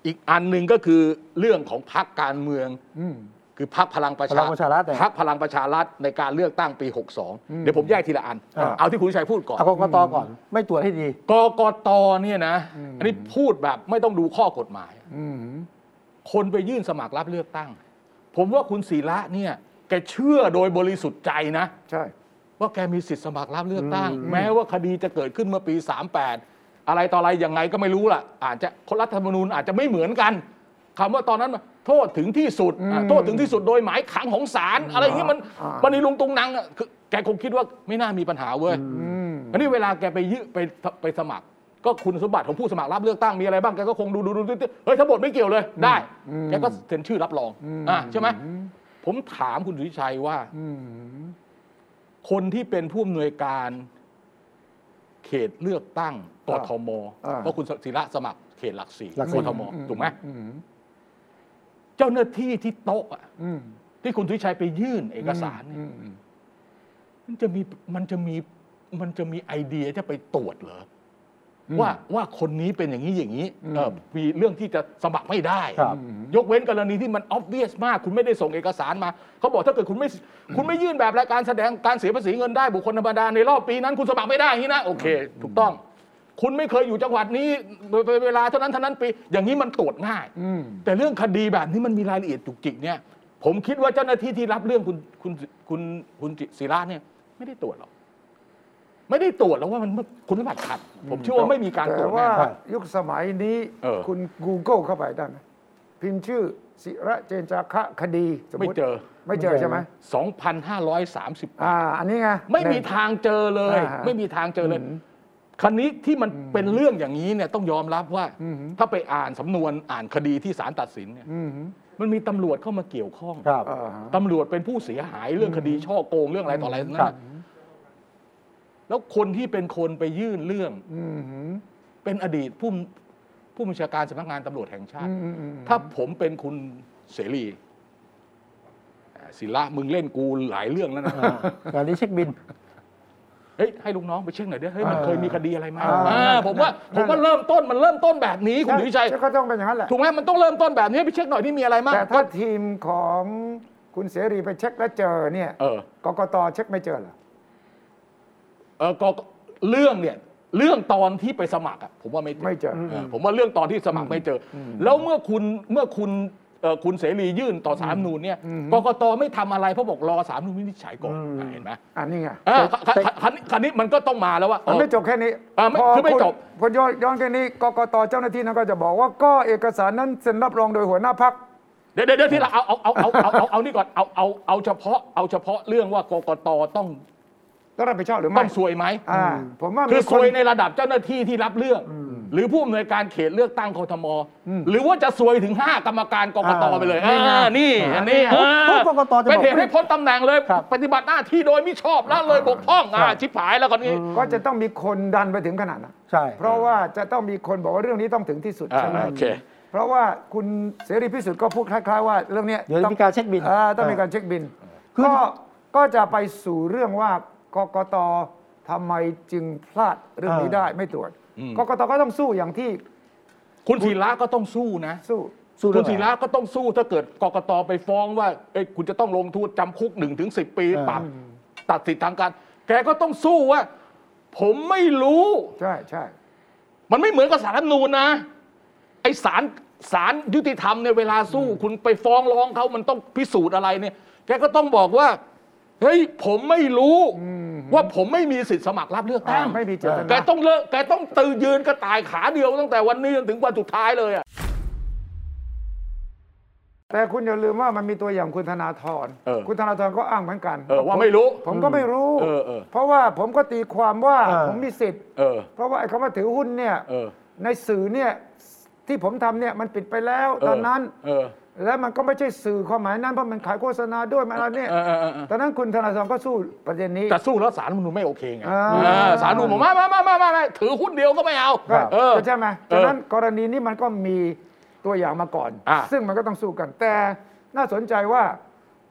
Speaker 3: อีกอันหนึ่งก็คือเรื่องของพรรคการเมือง
Speaker 2: อืม
Speaker 3: คือพักพลังประ
Speaker 1: พลั
Speaker 3: ชาง
Speaker 1: ประชารัฐเนี่ย
Speaker 3: พักพลังประชารัฐในการเลือกตั้งปี 62 เดี๋ยวผมแยกทีละอัน
Speaker 1: อ่า
Speaker 3: เอาที่คุณชัยพูดก่อน
Speaker 1: เอากกตก่อนไม่ตรวจให้ดี
Speaker 3: กกตเนี่ยนะ อันนี้พูดแบบไม่ต้องดูข้อกฎหมาย
Speaker 2: อืม
Speaker 3: คนไปยื่นสมัครรับเลือกตั้ง ผมว่าคุณศิระเนี่ยแกเชื่อโดยบริสุทธิ์ใจนะ
Speaker 2: ใช่
Speaker 3: ว่าแกมีสิทธิ์สมัครรับเลือกตั้ง แม้ว่าคดีจะเกิดขึ้นเมื่อปี 38 อะไรต่ออะไรยังไงก็ไม่รู้ล่ะ อาจจะคนรัฐธรรมนูญอาจจะไม่เหมือนกันคำว่าตอนนั้นโทษถึงที่สุดอ่ะโทษถึงที่สุดโดยหมายขังของศาลอะไรอย่างเงี้ยมัน
Speaker 2: อ่ามั
Speaker 3: มันนีลุงตุงนังอ่ะคือแกคงคิดว่าไม่น่ามีปัญหาเว้ย
Speaker 2: อืม
Speaker 3: อันนี้เวลาแกไปยืไปไปสมัคร ก็คุณสมบัติของผู้สมัครรับเลือกตั้งมีอะไรบ้างแกก็คงดูดูดูดูดูเฮ้ยทั้งหมดไม่เกี่ยวเลยได้แกก็เซ็นชื่อรับรองอ่ะใช่ไหมผมถามคุณสุทธิชัยว่า
Speaker 2: อืม
Speaker 3: คนที่เป็นผู้อำนวยการเขตเลือกตั้งกทม
Speaker 2: อ่า
Speaker 3: เพราะคุณศิระสมัครเขตหลักสี่
Speaker 1: หลักสี่
Speaker 3: กทมถูกไหม
Speaker 2: อืม
Speaker 3: เจ้าหน้าที่ที่โต๊ะอะ
Speaker 2: อืม
Speaker 3: ที่คุณทุชัยไปยื่นเอกสารเนี่ย
Speaker 2: อืมอืม
Speaker 3: มันจะมีมันจะมีมันจะมีไอเดียจะไปตรวจเหรออว่าว่าคนนี้เป็นอย่างนี้อย่างนี้เออมีเรื่องที่จะสมัครไม่ได้
Speaker 1: ครับ
Speaker 3: ยกเว้นกรณีที่มันออ v เ i ียสมาก คุณไม่ได้ส่งเอกสารมา เขาบอกถ้าเกิดคุณไม่คุณไม่ยื่นแบบรายการแสดงการเสียภาษีเงินได้บุคคลธรรมดาในรอบปีนั้นคุณสมัครไม่ได้อย่างนี่นะ โอเค ถูกต้อง คุณไม่เคยอยู่จังหวัดนี้เวลาเท่านั้นเท่านั้นปี อย่างนี้มันตรวจง่าย
Speaker 2: อืม
Speaker 3: แต่เรื่องคดีแบบนี้มันมีรายละเอียดจุกจิกเนี่ย ผมคิดว่าเจ้าหน้าที่ที่รับเรื่องคุณคุณคุณคุณศิระเนี่ย ไม่ได้ตรวจหรอกไม่ได้ตรวจแล้วว่ามันคุณสมบัติขัด ผมเชื่อว่าไม่มีการตร
Speaker 2: แต่
Speaker 3: วจ
Speaker 2: ว่า
Speaker 3: แน่
Speaker 2: ยุคสมัยนี้
Speaker 3: เออ
Speaker 2: คุณ Google เข้าไปได้ไหมพิมพ์ชื่อศิระเจนจาคะคดีสม
Speaker 3: ไม่
Speaker 2: มติ
Speaker 3: เจอ
Speaker 2: ไม่เจอใช่ไหม
Speaker 3: 2,530
Speaker 2: อ่า อันนี้ไง
Speaker 3: ไม่มี
Speaker 2: หนึ่ง
Speaker 3: ทางเจอเลย
Speaker 2: อ่าฮะ
Speaker 3: ไม่มีทางเจอเลยคันนี้ที่มันเป็นเรื่องอย่างนี้เนี่ยต้องยอมรับว่า
Speaker 2: อืม
Speaker 3: ถ้าไปอ่านสำนวนอ่านคดีที่ศาลตัดสินเนี่ย
Speaker 2: อืม
Speaker 3: มันมีตำรวจเข้ามาเกี่ยวข้อง
Speaker 1: ครับ
Speaker 2: อ่าฮะ
Speaker 3: ตำรวจเป็นผู้เสียหายเรื่องคดีช่อโกงเรื่องอะไรต่ออะไรนั่น
Speaker 1: ครั
Speaker 3: นะ
Speaker 1: บ
Speaker 3: แล้วคนที่เป็นคนไปยื่นเรื่อง
Speaker 2: อืม
Speaker 3: เป็นอดีตผู้ผู้บัญชาการสำนักงานตำรวจแห่งชาติ
Speaker 2: อืมอืม
Speaker 3: ถ้าผมเป็นคุณเสรีอ่าศิละมึงเล่นกูหลายเรื่องแล้วนะ
Speaker 1: อ่างานนี้เช็คบิน
Speaker 3: เฮ้ยให้ลูกน้องไปเช็คหน่อยดิเฮ้ยมันเคยมีคดีอะไรไหมา
Speaker 1: อ่า
Speaker 3: อ่าผมว่าผมว่าเริ่มต้นมันเริ่มต้นแบบนี้คุณ
Speaker 2: ใช่
Speaker 3: ดุวิชัย
Speaker 2: ก็ต้องเป็นอย่างนั้นแหละ
Speaker 3: ถูกไหมมันต้องเริ่มต้นแบบนี้ไปเช็คหน่อยนี่มีอะไรบ้าง
Speaker 2: แต่ถ้าทีมของ คุณเสรีไปเช็คแล้วเจอเนี่ย
Speaker 3: เออ
Speaker 2: กกตเช็คไม่เจอเหรอ
Speaker 3: เออก็เรื่องเนี่ยเรื่องตอนที่ไปสมัครอะผมว่าไม่
Speaker 2: ไม่เจอ
Speaker 3: เออผมว่าเรื่องตอนที่สมัครไม่เจออแล้วเมื่อคุณเมื่อคุณเอ่อคุณเสรียื่นต่อสามนูนเนี่ยกกตไม่ทำอะไรเพราะบอกรอสามนูนวินิจฉัยก่อนอ่ะเห็นไหม
Speaker 2: อันนี้ไง
Speaker 3: เออคคคันคันนี้มันก็ต้องมาแล้วว่า
Speaker 2: มันไม่จบแค่นี้
Speaker 3: อ่าไม่คือไม่จบ
Speaker 2: พอย้อนย้อนแค่นี้กกตเจ้าหน้าที่นั้นก็จะบอกว่าก็เอกสารนั้นเซ็นรับรองโดยหัวหน้าพัก
Speaker 3: เดี๋ยวเดี๋ยวเดี๋ยวที่เราเอาเอาเอาเอาเอาเอาเอานี่ก่อนเอาเอาเอาเฉพาะเอาเฉพาะเรื่องว่ากกตต้อง
Speaker 2: ต้องรับผิดชอบหรือ
Speaker 3: ต้
Speaker 2: ไม่
Speaker 3: องซวยไหม
Speaker 2: อ่าผมว่า
Speaker 3: คื
Speaker 2: มี
Speaker 3: อ
Speaker 2: ค
Speaker 3: ซ
Speaker 2: น
Speaker 3: วยในระดับเจ้าหน้าที่ที่รับเรื่องหรือผู้อำนวยการเขตเลือกตั้งกทม หรือว่าจะซวยถึง 5 กรรมการกกตไปเลย
Speaker 2: อ่า
Speaker 3: อ่านี่อันนี้
Speaker 1: ทุกทุกกกตจะบอก
Speaker 3: เป็นเหตุให้พ้นตำแหน่งเลย
Speaker 1: ครับ
Speaker 3: ปฏิบัติหน้าที่โดยมิชอบละเลยบกพร่องอ่าชิบหายแล้วคนนี้
Speaker 2: ก็จะต้องมีคนดันไปถึงขนาดนั้น
Speaker 1: ใช่
Speaker 2: เพราะว่าจะต้องมีคนบอกว่าเรื่องนี้ต้องถึงที่สุด
Speaker 3: อ่า
Speaker 2: ใช่ไหม
Speaker 3: โอเค
Speaker 2: เพราะว่าคุณเสรีพิสุทธิ์ก็พูดคล้ายๆว่าเรื่องเนี้ย
Speaker 1: เดี๋ยว
Speaker 2: ต้อง
Speaker 1: มีการเช็คบิน
Speaker 2: อ่าต้องมีการเช็คบิน
Speaker 1: คือ
Speaker 2: ก็ก็จะไปสู่เรื่องว่ากกตทำไมจึงพลาดเรื่องนี้ได้ไม่ตรวจกกตก็ต้องสู้อย่างที่
Speaker 3: คุณศิระก็ต้องสู้นะ
Speaker 2: สู้
Speaker 1: สู้
Speaker 3: คุ
Speaker 1: เรื่อ
Speaker 3: ณ
Speaker 1: ง
Speaker 3: ศิ
Speaker 1: อะไร
Speaker 3: ระก็ต้องสู้ถ้าเกิดกกตไปฟ้องว่าเอ้ยคุณจะต้องลงโทษจำคุก1นถึงสิปี
Speaker 1: เออ
Speaker 3: ปรับตัดสิทธิทางการ แกก็ต้องสู้ว่า ผมไม่รู้
Speaker 2: ใช่ใช่
Speaker 3: มันไม่เหมือนกับสารรัฐธรรมนูญนะ ไอสารสารยุติธรรมในยเวลาสู้ คุณไปฟ้องร้องเขามันต้องพิสูจน์อะไรเนี่ย แกก็ต้องบอกว่า เฮ้ย ผมไม่รู้ ว่าผมไม่มีสิทธิ์สมัครรับเลือกตั้ง
Speaker 2: อ่าไม่มีเจตนา
Speaker 3: แกต้องเลิกแกต้องตื่นยืนกระต่ายขาเดียวตั้งแต่วันนี้จนถึงวันสุดท้ายเลยอะ
Speaker 2: แต่คุณอย่าลืมว่ามันมีตัวอย่างคุณธนาธร
Speaker 3: เออ
Speaker 2: คุณธนาธรก็อ้างเหมือนกัน
Speaker 3: เออว่า
Speaker 2: ผ
Speaker 3: ไม่รู้
Speaker 2: ผมก็ไม่รู้
Speaker 3: เออเออ
Speaker 2: เพราะว่าผมก็ตีความว่า
Speaker 1: เออ
Speaker 2: ผมมีสิทธิ์
Speaker 3: เออ
Speaker 2: เพราะว่าไอ้คำว่าถือหุ้นเนี่ย
Speaker 3: เออ
Speaker 2: ในสื่อเนี่ยที่ผมทำเนี่ยมันปิดไปแล้ว
Speaker 3: เออ
Speaker 2: ตอนนั้น
Speaker 3: เออ
Speaker 2: แล้วมันก็ไม่ใช่สื่อความหมายนั้นเพราะมันขายโฆษณาด้วยมันอะไรเนี่ย
Speaker 3: เออเออเออเออ
Speaker 2: ตอนนั้นคุณธนาธรก็สู้ประเด็นนี้
Speaker 3: แต่สู้แล้วสารรัฐธรรมนูญไม่โอเคไง
Speaker 2: อ่า
Speaker 3: เออสารรัฐธรรมนูญบอกมามามามามามาถือหุ้นเดียวก็ไม่เอา
Speaker 2: ก็
Speaker 3: เออ
Speaker 2: ใช่ไหม
Speaker 3: เออ
Speaker 2: ฉะนั้นกรณีนี้มันก็มีตัวอย่างมาก่อน
Speaker 3: อ่ะ
Speaker 2: ซึ่งมันก็ต้องสู้กัน แต่น่าสนใจว่า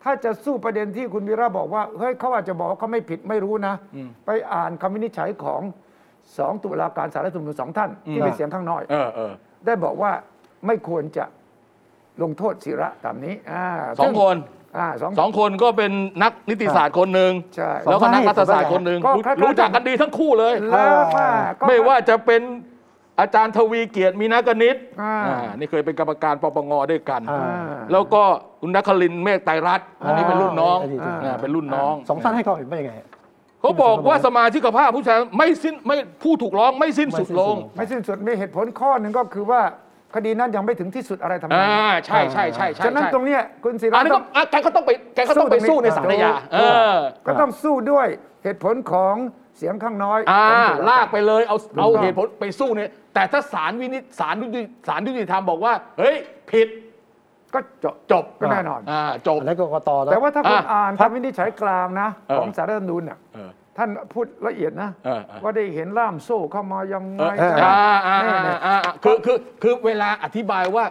Speaker 2: ถ้าจะสู้ประเด็นที่คุณวีระบอกว่า เฮ้ยเขาอาจจะบอกว่าเขาไม่ผิดไม่รู้นะ ไปอ่านคำวินิจฉัยของสองตุลาการสารรัฐธรรมนูญสองท่าน ที่เป็นเสียงข้างน้อย
Speaker 3: เออเออ
Speaker 2: ได้บอกว่าไม่ควรจะลงโทษศิระตามนี้า
Speaker 3: สองคน
Speaker 2: อ่าสอง
Speaker 3: สองคนก็เป็นนักนิติศาสตร์คนหนึ่ง
Speaker 2: ใช่
Speaker 3: แล้วก็นัก
Speaker 1: สอง
Speaker 3: รัฐ
Speaker 1: ท่าน
Speaker 3: ศาสตร์คนหนึ่ง
Speaker 2: ก็
Speaker 3: รู้
Speaker 2: คล้ายๆ
Speaker 3: รู้จักกันดีทั้งคู่เลย
Speaker 2: แล้วว่าก็
Speaker 3: ไม่ว่าจะเป็นอาจารย์ทวีเกียรติมีนากนิต
Speaker 2: อ่า
Speaker 3: อ่านี่เคยเป็นกรรมการปปงด้วยกัน
Speaker 1: อ่า
Speaker 2: อ่า
Speaker 3: แล้วก็คุณนัคลินทร์เมฆไตรรัตน์อันนี้เป็นรุ่นน้อง
Speaker 1: อ่า
Speaker 3: อ่าเป็นรุ่นน้อง
Speaker 1: สองท่านให้ความเห็นว่ายังไงฮะ
Speaker 3: เขาบอกว่าสมาชิกภาพผู้ชายไม่สิ้นไม่ผู้ถูกร้องไม่สิ้นสุดลง
Speaker 2: ไม่สิ้นสุดมีเหตุผลข้อหนึ่งก็คือว่าคดีนั้นยังไม่ถึงที่สุดอะไรทำนอง
Speaker 3: อ่า
Speaker 2: นั้น
Speaker 3: ใช่ใช่ใช่ใช่
Speaker 2: ฉะนั้น
Speaker 3: ใช่
Speaker 2: ตรงเนี้ยคุณศิ
Speaker 3: อั
Speaker 2: ระ
Speaker 3: นนี้
Speaker 2: ต้
Speaker 3: ก็
Speaker 2: อง
Speaker 3: อ่ะแกก็ต้องไปแกก็ต้องไป
Speaker 2: สู้
Speaker 3: สู้
Speaker 2: ตรงนี้
Speaker 3: ในศาลยาเออ
Speaker 2: ก็ต้องสู้ด้วยเหตุผลของเสียงข้างน้อย
Speaker 3: อ่า
Speaker 2: ของตุ
Speaker 3: ลากไปเลยเอาเอา
Speaker 1: ถูกต้อง
Speaker 3: เหตุผลไปสู้เนี่ยแต่ถ้าศาลวินิจศาลยุติศาลยุติธรรมบอกว่า เฮ้ย ผิด
Speaker 2: ก็จบ
Speaker 3: จบ
Speaker 2: ก็แน่นอน
Speaker 3: อ่าจบ
Speaker 1: อันนั้นกกตนะ
Speaker 2: แต่ว่าถ้าคุณ
Speaker 3: อ่ะ
Speaker 2: อ่านคำวินิจฉัยกลางนะ
Speaker 3: เออ
Speaker 2: ของสารรัฐธรรมนูญน่ะ
Speaker 3: เออ
Speaker 2: ท่านพูดละเอียดนะ
Speaker 3: เออเออ
Speaker 2: ว่าได้เห็นล่ามโซ่เข้ามายังไง
Speaker 1: เออ
Speaker 3: อ่าอ่า
Speaker 2: แน่
Speaker 3: อ่า
Speaker 2: เนี่ย
Speaker 3: อ่าคือคือคือเวลาอธิบายว่า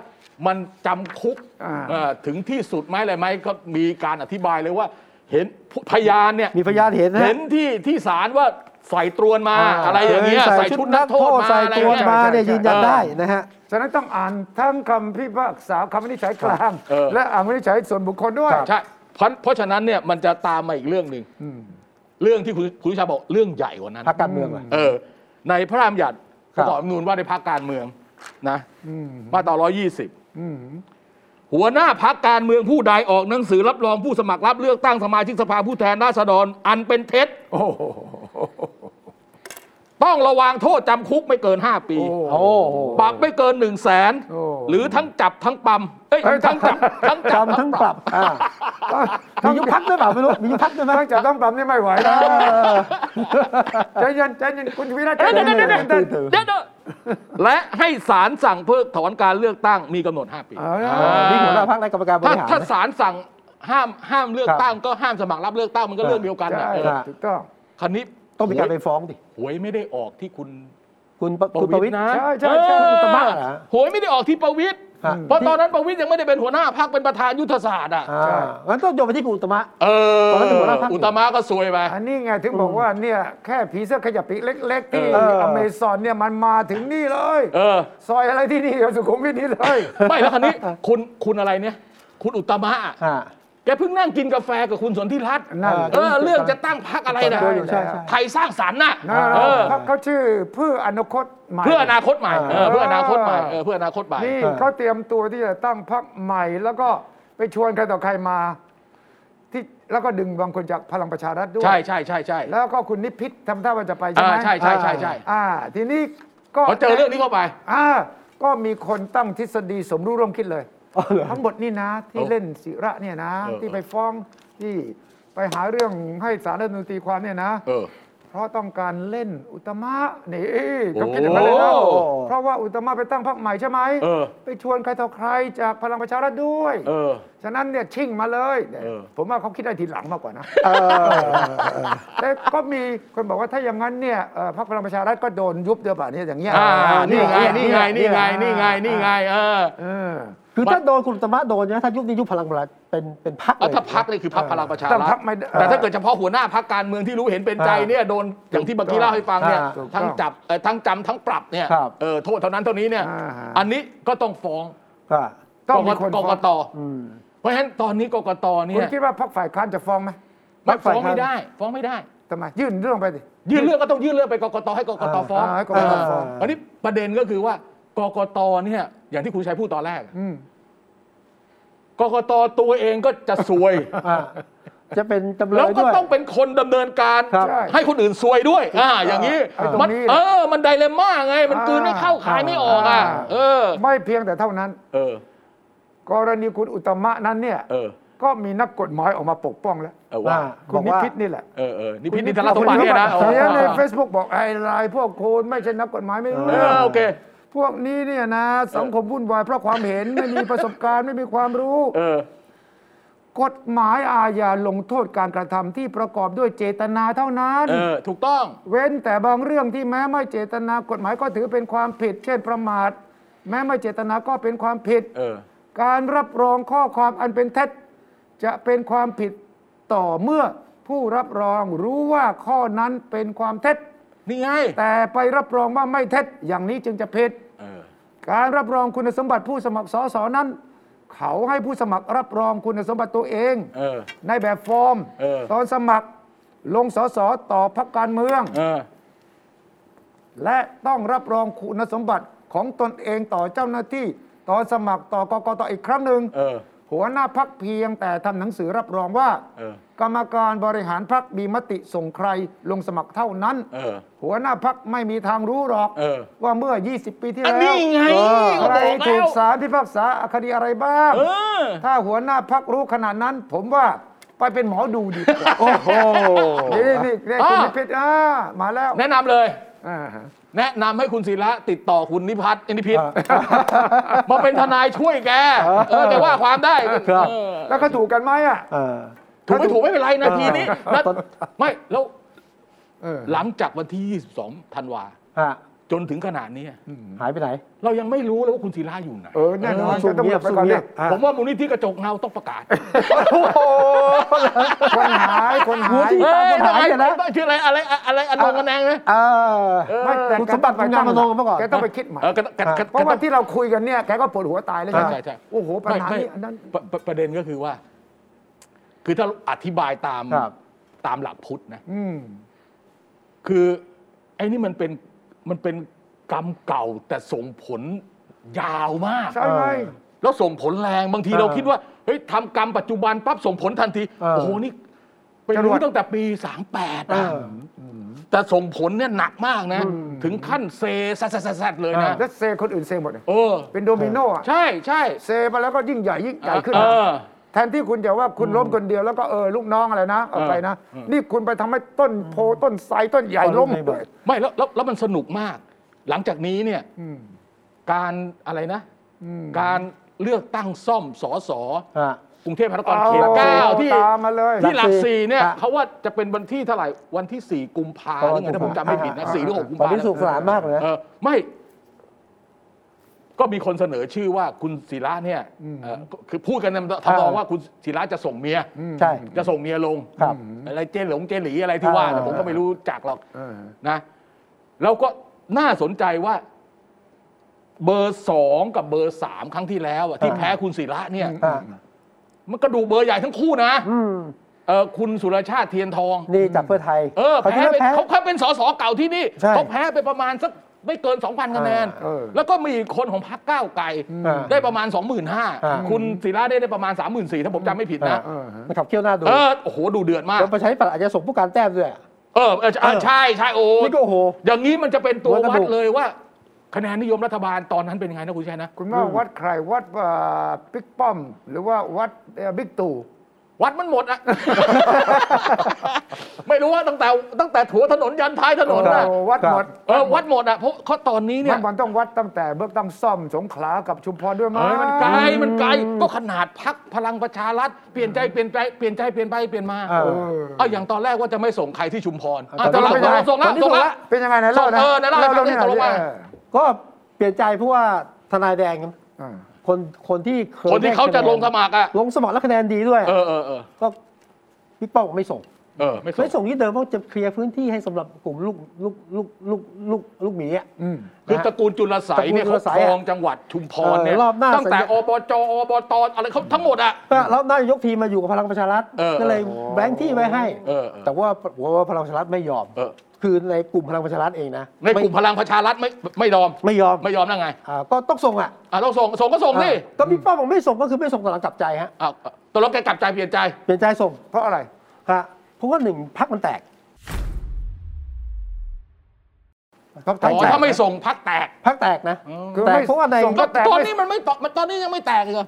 Speaker 3: มันจำคุก
Speaker 2: อ่า
Speaker 3: เอ่อถึงที่สุดไหมอะไรไหมก็มีการอธิบายเลยว่า เห็นพยานเนี่ย
Speaker 1: มีพยานเห็นนะ
Speaker 3: เห็นที่ที่ศาลว่าใส่ตรวนมาอะไรอย่างเงี้ย
Speaker 1: ค
Speaker 3: ใส่ชุดนักโทษมา
Speaker 1: ใส่
Speaker 3: อะไร
Speaker 1: ตรวจ
Speaker 3: เงี้ย
Speaker 1: มาเนี่ยยืนยันได้นะฮะ
Speaker 2: ฉะนั้นต้องอ่านทั้งคำพิพากษาคำวินิจฉัยกลาง
Speaker 3: เออ
Speaker 2: และอ่านวินิจฉัยส่วนบุคคลด้วย
Speaker 3: ใช่เพราะเพราะฉะนั้นเนี่ยมันจะตามมาอีกเรื่องหนึ่งเรื่องที่คุณคุณวิชาบอกเรื่องใหญ่กว่านั้น
Speaker 1: พรรคการเมืองล่ะ
Speaker 3: เออในพระราชบัญญัติ
Speaker 1: ค
Speaker 3: ป
Speaker 1: รับ
Speaker 3: ระกอบรัฐธรรมนูญว่าด้วยพรรคการเมืองนะมาตรา 120 หัวหน้าพักการเมืองผู้ใดออกหนังสือรับรองผู้สมัครรับเลือกตั้งสมาชิกสภาผู้แทนราษฎร อันเป็นเท็จต้องระวางโทษจำคุกไม่เกิน 5 ปี
Speaker 1: โอ้โห
Speaker 3: ปรับไม่เกิน 1 0 0 0 0แสน
Speaker 2: โอ้
Speaker 3: หรือทั้งจับทั้งปรำเอ้ย
Speaker 1: เอ้ย
Speaker 3: ทั้งจับทั้งจับ
Speaker 1: จำทั้งปรับอ่ามียุบพักด้วยเปล่าไม่รู้มียุบพักด้วยไหม
Speaker 2: ทั้งจะต้องปรับนี่ไม่ไหวนะ
Speaker 1: เออ
Speaker 2: ใจเย็นใจเย็นคุณวิระใจ
Speaker 3: เอ้ย
Speaker 2: เย็
Speaker 3: เดี๋ยวน เดี๋ยวเดี๋ยวเดี๋ยว
Speaker 2: ใจเย็น
Speaker 3: เดี๋ยวเดี๋ยวและให้ศาลสั่งเพิกถอนการเลือกตั้งมีกำหนด 5 ปี
Speaker 2: เอาละ
Speaker 1: นี่หัวหน้าพักและกรรมการบ
Speaker 3: ถ้า
Speaker 1: ริหาร
Speaker 3: ถ้า
Speaker 1: นะ
Speaker 3: ศาลสั่งห้ามห้ามเลือก
Speaker 1: ครับ
Speaker 3: ตั้งก็ห้ามสมัครรับเลือกตั้งมันก็เรื่องเดียวกัน
Speaker 2: ใช่
Speaker 3: น่ะเออ
Speaker 1: ครับ
Speaker 2: ถูกต้อง
Speaker 3: คราวนี้
Speaker 1: ต้องมีการไปฟ้องดิ
Speaker 3: หวยไม่ได้ออกที่คุณ
Speaker 1: คุณปะคุณประวิตร
Speaker 3: นะ
Speaker 2: ใช่ใช่ใช่
Speaker 3: เออ
Speaker 1: คุณประมาทเหรอ
Speaker 3: หวยไม่ได้ออกที่ประวิตร
Speaker 1: ฮะ
Speaker 3: เพราะตอนนั้นประวิตรยังไม่ได้เป็นหัวหน้าพรรคเป็นประธานยุทธศาสตร์อ่ะ
Speaker 1: อ่างั้นต้องโยนไปที่คุณอุตตมะ
Speaker 3: เออ
Speaker 1: ตอนนั้นเป็นหัวหน้าพรรค
Speaker 3: อุตตมะก็ซวยไป
Speaker 2: อันนี้ไงถึงบอกว่าเนี่ยแค่ผีเสื้อขยับปีกเล็ก ๆ ที่
Speaker 1: เออ
Speaker 2: อเมซอนเนี่ยมันมาถึงนี่เลย
Speaker 3: เออ
Speaker 2: ซอยอะไรที่นี่สุขุมวิทนี่เลย
Speaker 3: ไม่แล้วคราวนี้คุณคุณอะไรเนี่ย คุณอุตตมะอะ
Speaker 1: อ่า
Speaker 3: แก แกเพิ่งนั่งกินกาแฟกับคุณสนธิรัตน์
Speaker 2: นั่น
Speaker 3: เออเรื่องจะตั้งพักอะไรนะ
Speaker 1: ใช่ใช่
Speaker 3: ไทยสร้างสรรค์น่ะ
Speaker 2: นะ
Speaker 3: เออ
Speaker 2: เขาเขาชื่อเพื่ออนาคตใหม่
Speaker 3: เพื่ออนาคตใหม่เอ
Speaker 2: เอ
Speaker 3: อ
Speaker 2: อ
Speaker 3: เพื่ออนาคตใหม่เออเพื่ออนาคตใหม่
Speaker 2: นี่
Speaker 1: เออ
Speaker 2: เขาเตรียมตัวที่จะตั้งพรรคใหม่ แล้วก็ไปชวนใครต่อใครมา ที่แล้วก็ดึงบางคนจากพลังประชารัฐด้วย
Speaker 3: ใช่ใช่ใช่ใช่
Speaker 2: แล้วก็คุณนิพิษทำท่าว่าจะไปใช่
Speaker 3: อ่า
Speaker 2: ไหม
Speaker 3: ใช่ใช่ใช่ใช่
Speaker 2: อ่า ทีนี้ก็
Speaker 3: พอเจอเรื่องนี้เข้าไป
Speaker 2: อ่าก็มีคนตั้งทฤษฎีสมรู้ร่วมคิดเลย
Speaker 1: อ๋อเหรอ
Speaker 2: ทั้งหมดนี่นะที่
Speaker 3: เออ
Speaker 2: เล่นศิระเนี่ยนะ
Speaker 3: เออ
Speaker 2: ที่ไปฟ้องที่ไปหาเรื่องให้สารรัฐธรรมนูญตีความเนี่ยนะ
Speaker 3: เออ
Speaker 2: เพราะต้องการเล่นอุตมะนี่
Speaker 3: โอ้
Speaker 2: ก็คิดอย่างนั้นเลยนะ
Speaker 3: โอ้
Speaker 2: เพราะว่าอุตมะไปตั้งพรรคใหม่ใช่ไหม
Speaker 3: เออ
Speaker 2: ไปชวนใครต่อใครจากพลังประชารัฐด้วย
Speaker 3: เออ
Speaker 2: ฉะนั้นเนี่ยชิ่งมาเลยเนี่ย
Speaker 3: เออ
Speaker 2: ผมว่าเขาคิดได้ทีหลังมากกว่านะ
Speaker 1: เออ
Speaker 2: แต่ก็มีคนบอกว่าถ้าอย่างนั้นเนี่ยเอ่อพรรคพลังประชารัฐก็โดนยุบเดียวป่ะเนี่ยอย่างเงี้ย
Speaker 3: อ่านี่ไง
Speaker 2: เย
Speaker 3: นี่ไงนี่ไงนี่ไงนี่ไงเออ
Speaker 2: เออ
Speaker 1: คือถ้าโดนคุณอุตมะโดนนะถ้ายุบนี้ยุบพลังประชารัฐเป็นเป็นพักเล
Speaker 3: อ่ะ
Speaker 1: ย
Speaker 3: ถ้าพักนี่คือพักพลังประชา
Speaker 2: ตั้ง
Speaker 3: รั
Speaker 2: พร
Speaker 3: ฐ
Speaker 2: รคไม่ได้
Speaker 3: แต่ถ้าเกิดเฉพาะหัวหน้าพักการเมืองที่รู้เห็นเป็นใจเนี่ยโดนอย่างที่เมื่อกี้เล่าให้ฟังเนี่ย
Speaker 1: อ่า
Speaker 2: ถูกต้อง
Speaker 3: ทั้งจับเอ่อทั้งจำทั้งปรับเนี่ย
Speaker 1: ครับ
Speaker 3: เออโทษเท่านั้นเท่านี้เนี่ย
Speaker 2: อ่าฮะ
Speaker 3: อันนี้ก็ต้องฟ้อง
Speaker 1: ก็
Speaker 2: ต้องมีคน
Speaker 3: ก
Speaker 2: ฟ้
Speaker 3: ก
Speaker 2: อง
Speaker 3: ต
Speaker 1: อืม
Speaker 3: เพราะฉะนั้นตอนนี้กกตเนี่
Speaker 2: คุณ
Speaker 3: ย
Speaker 2: คิดว่าพรรคฝ่ายค้านจะฟ้องไหม
Speaker 3: ไม่ฟ้อง
Speaker 1: ฝ่ายค้าน
Speaker 3: ไม่ได้ ฟ้องไม่ได้
Speaker 2: ทำไมยื่นเรื่องไปดิ
Speaker 3: ยื่นเรื่องก็ต้องยื่นเรื่องไปกกตให้กกตฟ้อง
Speaker 2: อ่าให้กกต
Speaker 3: เออ
Speaker 2: ฟ้อง
Speaker 3: อันนี้ประเด็นก็คือว่ากกตเนี่ยอย่างที่คุณชัยพูดตอนแรก
Speaker 2: อืม
Speaker 3: กกตตัวเองก็จะซวย
Speaker 1: อ่าจะเป็นจำเล
Speaker 3: แล้ว
Speaker 1: ย
Speaker 3: ก็
Speaker 1: ด้วย
Speaker 3: ต้องเป็นคนดำเนินการ
Speaker 1: ครับ
Speaker 2: ใช่
Speaker 3: ให้คนอื่นซวยด้วย อ่า อย่างนี้
Speaker 2: ไอ้ตรงนี้
Speaker 3: มัน เออ มันไดเลม่าไง มัน
Speaker 2: อ่าก
Speaker 3: ลืนไม่เข้าขายไม่ออกอ่ะ
Speaker 2: อ่า
Speaker 3: เออ
Speaker 2: ไม่เพียงแต่เท่านั้น
Speaker 3: เออ
Speaker 2: กรณีคุณอุตตมะนั้นเนี่ย
Speaker 3: เออ
Speaker 2: ก็มีนักกฎหมายออกมาปกป้องแล้ว
Speaker 3: เออว่า
Speaker 1: อ่า
Speaker 2: คุ
Speaker 1: บอ
Speaker 2: ณ
Speaker 1: ก
Speaker 2: นิ
Speaker 1: ว่า
Speaker 2: พิษนี่แหละ
Speaker 3: เออเออนิพิษนินทรสมบัติเนี่ยนะ
Speaker 2: คุณพิษ
Speaker 3: เออ
Speaker 2: ในเฟซบุ๊กบอกไอ้ลายพวกคุณไม่ใช่นักกฎหมายไม่รู้
Speaker 3: เอ
Speaker 2: เรื่อ
Speaker 3: อ
Speaker 2: ง
Speaker 3: โอเค
Speaker 2: พวกนี้เนี่ยนะ สังคมวุ่นวายเพราะความเห็นไม่มีประสบการณ์ไม่มีความรู้
Speaker 3: เออ
Speaker 2: กฎหมายอาญาลงโทษการกระทำที่ประกอบด้วยเจตนาเท่านั้น
Speaker 3: เออ ถูกต้อง
Speaker 2: เว้นแต่บางเรื่องที่แม้ไม่เจตนากฎหมายก็ถือเป็นความผิด เช่นประมาท แม้ไม่เจตนาก็เป็นความผิด
Speaker 3: เออ
Speaker 2: การรับรองข้อความอันเป็นเท็จจะเป็นความผิดต่อเมื่อผู้รับรองรู้ว่าข้อนั้นเป็นความเท็จ
Speaker 3: นี่ไง
Speaker 2: แต่ไปรับรองว่าไม่เท็จ อย่างนี้จึงจะผิด
Speaker 3: เออ
Speaker 2: การรับรองคุณสมบัติผู้สมัครสสนั้น เขาให้ผู้สมัครรับรองคุณสมบัติตัวเอง
Speaker 3: เออ
Speaker 2: ในแบบฟอร์ม
Speaker 3: เออ
Speaker 2: ตอนสมัครลงสสต่อพรรคการเมือง
Speaker 3: เออ
Speaker 2: และต้องรับรองคุณสมบัติของตนเองต่อเจ้าหน้าที่ ตอนสมัครต่อกกตอีกครั้งหนึ่ง
Speaker 3: เออ
Speaker 2: หัวหน้าพักเพียงแต่ทำหนังสือรับรองว่า
Speaker 3: เออ
Speaker 2: กรรมการบริหารพักมีมติส่งใครลงสมัครเท่านั้น
Speaker 3: เออ
Speaker 2: หัวหน้าพักไม่มีทางรู้หรอก
Speaker 3: เออ
Speaker 2: ว่าเมื่อ 20 ปีที่
Speaker 3: อัน
Speaker 2: แล้
Speaker 3: นี้
Speaker 2: ว
Speaker 3: ไง
Speaker 1: เออ
Speaker 3: ก็
Speaker 2: ใคร
Speaker 3: บอก
Speaker 2: ถู
Speaker 3: แล้
Speaker 2: ก
Speaker 3: ว
Speaker 2: สารพิพากษาคดีอะไรบ้าง
Speaker 3: เออ
Speaker 2: ถ้าหัวหน้าพักรู้ขนาดนั้น ผมว่าไปเป็นหมอดูดีกว่า
Speaker 1: โอ้โห
Speaker 2: นี่นี่นี่คุณ
Speaker 3: อ่า
Speaker 2: นิพิษอ่ามาแล้ว
Speaker 3: แนะนำเลย
Speaker 2: อ่าฮะ
Speaker 3: แนะนำให้คุณศิระติดต่อคุณนิพัฒน์นิพิษมาเป็นทนายช่วยแก เออแกว่าความได้
Speaker 1: ครับ
Speaker 3: เออ
Speaker 2: แล้วก็ถูกกันไหมอ่ะ
Speaker 1: เออ
Speaker 3: ถูกไม่ถูกไม่เป็นไรนาทีนี้
Speaker 1: เออ
Speaker 3: นะไม่แล้ว
Speaker 2: เออ
Speaker 3: หลังจากวันที่ 22 ธันวา
Speaker 1: ฮะ
Speaker 3: จนถึงขนาดนี้
Speaker 1: หายไปไหน
Speaker 3: เรายังไม่รู้เลยว่าคุณศิระอยู่ไหน
Speaker 2: เออแน่นอน
Speaker 1: สู้
Speaker 2: ก็ต้องห
Speaker 1: เงี
Speaker 2: ล
Speaker 1: ย
Speaker 2: บบ ไป
Speaker 1: สู้
Speaker 2: ก่อน
Speaker 1: เงีย
Speaker 2: ดิ
Speaker 1: บฮะ
Speaker 3: ผมว่ามูลนิธิกระจกเงาต้องประกาศ
Speaker 2: คนหายคนหาย
Speaker 1: ที่ตามกฎหมายเนี่ยนะ
Speaker 3: ชื่ออะไรอะไรอะไรอนงกันแนงไหม
Speaker 1: เออ
Speaker 2: ไม่แต่
Speaker 1: คุณสมบัติคุณงามอนงค์เมื่อก่อน
Speaker 2: แกต้องไปคิดใหม่
Speaker 3: เออกันกันกัน
Speaker 2: เพราะว่าที่เราคุยกันเนี่ยแกก็ปวดหัวตายแล้ว
Speaker 3: ใช่
Speaker 2: ใช่ไหม
Speaker 3: ใช่ใช่
Speaker 2: โอ้โหปัญหา
Speaker 3: ไม่
Speaker 2: นี้
Speaker 3: ไม่
Speaker 2: อันนั้น
Speaker 3: ประประประเด็นก็คือว่า คือถ้าอธิบายตาม
Speaker 1: ครับ
Speaker 3: ตามหลักพุทธนะ
Speaker 2: อืม
Speaker 3: คือไอ้นี่มันเป็นมันเป็นกรรมเก่าแต่ส่งผลยาวมาก
Speaker 2: ใช่ไหม
Speaker 3: แล้วส่งผลแรงบางที
Speaker 1: เออ
Speaker 3: เราคิดว่าเฮ้ยทำกรรมปัจจุบันปั๊บส่งผลทันที
Speaker 1: เออ
Speaker 3: โอ้โห นี่ไป
Speaker 2: จรว
Speaker 3: รู้
Speaker 2: ด
Speaker 3: ตั้งแต่ปี 38
Speaker 1: เอ
Speaker 3: อะ
Speaker 1: อ
Speaker 3: แต่ส่งผลเนี่ยหนักมากนะ ถึงขั้นเซซัดซัดซัดเลยนะ
Speaker 1: เออ
Speaker 2: แล้วเซคนอื่นเซหมดเลย
Speaker 3: เออ
Speaker 2: เป็นโดมิโนอ่ะ
Speaker 3: ใช่ใช่
Speaker 2: เซไปแล้วก็ยิ่งใหญ่ยิ่งใหญ่ขึ้น
Speaker 3: เอ
Speaker 2: นะ
Speaker 3: อ
Speaker 2: แทนที่คุณจะว่าคุณล้มคนเดียวแล้วก็เออลูกน้องอะไรนะเอาไปนะ
Speaker 3: เออ
Speaker 2: นี่คุณไปทำให้ต้นโพต้นไทรต้นใหญ่ล้ม
Speaker 1: ไม่บอก
Speaker 3: ไม่แล้วแล้วแล้วมันสนุกมาก หลังจากนี้เนี่ย
Speaker 2: อืม
Speaker 3: การอะไรนะ
Speaker 2: อืม
Speaker 3: การเลือกตั้งซ่อมสอสอ
Speaker 1: ฮะ
Speaker 3: กรุงเทพมหานครเขตเก้าที่
Speaker 2: ตามมาเลย
Speaker 3: ที่หลัก
Speaker 1: หลักสี่
Speaker 3: สี่เนี่ย
Speaker 1: ฮะ
Speaker 3: เขาว่าจะเป็นวันที่เท่าไหร่วันที่สี่กุมภา
Speaker 1: อ๋อ
Speaker 3: หรือไงถ้าผมจำไม่ผิดนะ
Speaker 1: อ่า
Speaker 3: สี่หรือหกกุม
Speaker 1: ตอน
Speaker 3: ภา
Speaker 1: นี้สนุกสนานมากเลยนะ
Speaker 3: เออไม่ ก็มีคนเสนอชื่อว่าคุณศิระเนี่ยเอ่อคือพูดกันทำนอง
Speaker 1: อ่า
Speaker 3: ว่าคุณศิระจะส่งเมีย
Speaker 1: ใช่
Speaker 3: จะส่งเมียลง
Speaker 1: ครับ
Speaker 3: อะไรเจนหลงเจนหลีอะไรที่ว่าน่ะ
Speaker 1: อ่า
Speaker 3: ผมก็ไม่รู้จักหรอก
Speaker 2: เออ
Speaker 3: นะแล้วก็น่าสนใจว่า เบอร์สองกับเบอร์สามครั้งที่แล้วอะที่แพ้คุณศิระเนี่ย
Speaker 1: อ่ะ
Speaker 3: มันกระดูกเบอร์ใหญ่ทั้งคู่นะ
Speaker 1: อืม
Speaker 3: เออคุณสุรชาติเทียนทอง
Speaker 1: นี่จากเพื่อไทย
Speaker 3: เออ
Speaker 1: เขา
Speaker 3: แพ้
Speaker 1: ที่
Speaker 3: ไป
Speaker 1: แพ้
Speaker 3: เขาเขาเป็นสสเก่าที่นี่
Speaker 1: ใช่
Speaker 3: เขาแพ้ไปประมาณสักไม่เกิน 2,000คะแนน
Speaker 2: เออ
Speaker 3: แล้วก็มีอีกคนของพรรคก้าวไกล
Speaker 1: อ่า
Speaker 3: ได้ประมาณ
Speaker 1: อ่า
Speaker 3: 25,000คุณศิระได้ได้ประมาณ 34,000ถ้าผมจำไม่ผิดนะ
Speaker 2: เออฮะ
Speaker 1: มันขับเคี่ยวหน้าดู
Speaker 3: เออโอ้โหดูเดือดมาก
Speaker 1: แล้วประชาธิปัตย์อาจจะส่งผู้การแต้มด้วย
Speaker 3: เออเออเออใช่ใช่โอ้
Speaker 1: นี่ก็โอ้โห
Speaker 3: อย่างนี้มันจะเป็นตัว
Speaker 1: วัดกระ
Speaker 3: วั
Speaker 1: ดู
Speaker 3: ด
Speaker 1: ก
Speaker 3: เลยว่า คะแนนนิยมรัฐบาลตอนนั้นเป็นยังไงนะคุณชัยนะ
Speaker 2: คุณว่าวัดใครวัดเอ่อบิ๊กป้อม หรือว่าวัดเอ่อบิ๊กตู่
Speaker 3: วัดมันหมดอะ ไม่รู้ว่าตั้งแต่ตั้งแต่ถัวถนนยันท้ายถนนนะ
Speaker 2: โอ้วัดหมด
Speaker 3: เออวัดหมดอะเพราะเขาตอนนี้เนี่ย
Speaker 2: มันต้องวัดตั้งแต่เบื้องต้งซ่อมสงขลากับชุมพรด้วยมั้
Speaker 3: เอ้
Speaker 2: ย
Speaker 3: ยมันไกลมันไกลก็ขนาดพักพลังประชารัฐเปลี่ยนใจเปลี่ยนใจเปลี่ยนใจเปลี่ยนไปเปลี่ยนมา
Speaker 1: เออ
Speaker 2: เออ
Speaker 3: เอาอย่างตอนแรกว่าจะไม่ส่งใครที่ชุมพร
Speaker 1: อ่ะ
Speaker 3: อ่ะแต่เรา
Speaker 1: ตอนนี้
Speaker 3: ส่งส่งแล้ว
Speaker 1: ตอนนี้
Speaker 3: ส่
Speaker 1: ส่
Speaker 3: ง
Speaker 1: ง
Speaker 3: แล้
Speaker 1: ละ
Speaker 3: ว
Speaker 2: เป็นยังไงนะเล่านะ
Speaker 3: เออนะเล่าให้ฟัง
Speaker 2: เรื่องนี้ห
Speaker 3: ตกลง
Speaker 2: น่
Speaker 3: ว่า
Speaker 2: อย
Speaker 1: ก็เปลี่ยนใจเพราะว่าทนายแดงครับ
Speaker 2: เออ
Speaker 1: คนคนที่เคย
Speaker 3: คนที่เขาจะลงสมัครอ่ะ
Speaker 1: ลงสมัครแล้วคะแนนดีด้วย
Speaker 3: เออเออเออ
Speaker 1: ก็พี่ป้องไม่ส่ง
Speaker 3: เออไม่ส่ง
Speaker 1: ไม่ส่งที่เดิมเพราะจะเคลียร์พื้นที่ให้สำหรับกลุ่มลูกลูกลูกลูกลูกลูกหมีอ่ะ
Speaker 2: อืม
Speaker 3: คือตระกูลจุลสายเนี่ย
Speaker 1: ตระกูลจุล
Speaker 3: เขา
Speaker 1: สาย
Speaker 3: ค
Speaker 1: อะ
Speaker 3: รองจังหวัดชุมพรเนี่ย
Speaker 1: เออรอบหน้า
Speaker 3: ตั้งแต่
Speaker 1: สัญญา
Speaker 3: อบจอบตอะไรเขาทั้งหมดอ่ะ
Speaker 1: ก็แล้วนายกทีมมาอยู่กับพลังประชารัฐ
Speaker 3: เออ
Speaker 1: ก็เลย
Speaker 2: เออ
Speaker 1: แบ่งที่ไว้ให้
Speaker 3: เออเออ
Speaker 1: แต่ว่าผมว่าพลังประชารัฐไม่ยอม
Speaker 3: เออ
Speaker 1: คือในกลุ่มพลังประชารัฐเองนะ
Speaker 3: ในกลุ่มพลังประชารัฐไม่ไม่ยอม
Speaker 1: ไม่ยอม
Speaker 3: ไม่ยอมแล้วไง
Speaker 1: อ่าก็ต้องส่งอ่ะ
Speaker 3: อ่ะต้องส่งส่งก็ส่งสิ
Speaker 1: อ่าก็พี่ป้อมบอกไม่ส่งก็คือไม่ส่งตอนหลังกลับใจฮะ
Speaker 3: อ่ะตกลงแกกลับใจเปลี่ยนใจ
Speaker 1: เปลี่ยนใจส่ง
Speaker 2: เพราะอะไร
Speaker 1: ฮะเพราะว่าหนึ่งพักมันแตก
Speaker 2: ครับ
Speaker 3: อ๋อถ้าไม่ส่งพักแตก
Speaker 1: พักแตกนะ
Speaker 2: คือ
Speaker 1: แต
Speaker 2: ไม่
Speaker 1: กเพราะว่าใน
Speaker 2: ส่ง
Speaker 3: ก็
Speaker 2: ก็แตก
Speaker 3: ตอน
Speaker 2: ไม่
Speaker 3: นี้มันไม่ตอมันตอนนี้ยังไม่แตกเลย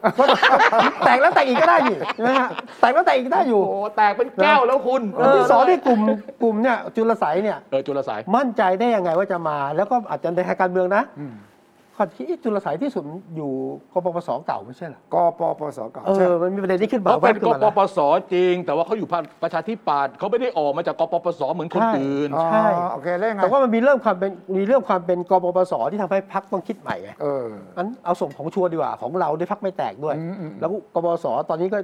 Speaker 1: แตกแล้วแตกอีกก็ได้นี่ใช่ไหมฮะแตกแล้วแตกอีกก็ได้อยู่
Speaker 3: โอ้โหแตกเป็นแก้วแล้วคุณ
Speaker 1: อันที่สองที่กลุ่มกลุ่มเนี่ยจุลสัยเนี่ย
Speaker 3: เออจุลสาย
Speaker 1: มั่นใจได้ยังไงว่าจะมา แล้วก็อาจจะในทางการเมืองนะ
Speaker 2: อืม
Speaker 1: ข้อที่จุลสายที่สุดอยู่กปปสเก่าไม่ใช่เหรอก
Speaker 2: ปปสเก่า
Speaker 1: เอ
Speaker 2: ใช่
Speaker 1: อมันมีประเด็นนี้ขึ้นมา
Speaker 3: เขาเป็น
Speaker 1: แวบขึ้
Speaker 3: ก
Speaker 1: นมา
Speaker 3: ป
Speaker 1: นะ
Speaker 3: ปสจริง แต่ว่าเขาอยู่พรรคประชาธิปัตย์เขาไม่ได้ออกมาจากกปปสเหมือนคน
Speaker 1: ใช่
Speaker 3: อื่น
Speaker 2: อ๋อ
Speaker 1: ใช่
Speaker 2: โอเคแล้วยังไง
Speaker 1: แต่ว่ามันมีเรื่องความเป็นมีเรื่องความเป็นกปปสที่ทำให้พักต้องคิดใหม่ไง
Speaker 2: เออ
Speaker 1: อันเอาส่งของชัวร์ดีกว่าของเราด้วยพักไม่แตกด้วย
Speaker 2: อืมอืม
Speaker 1: แล้วกปปสตอนนี้ก็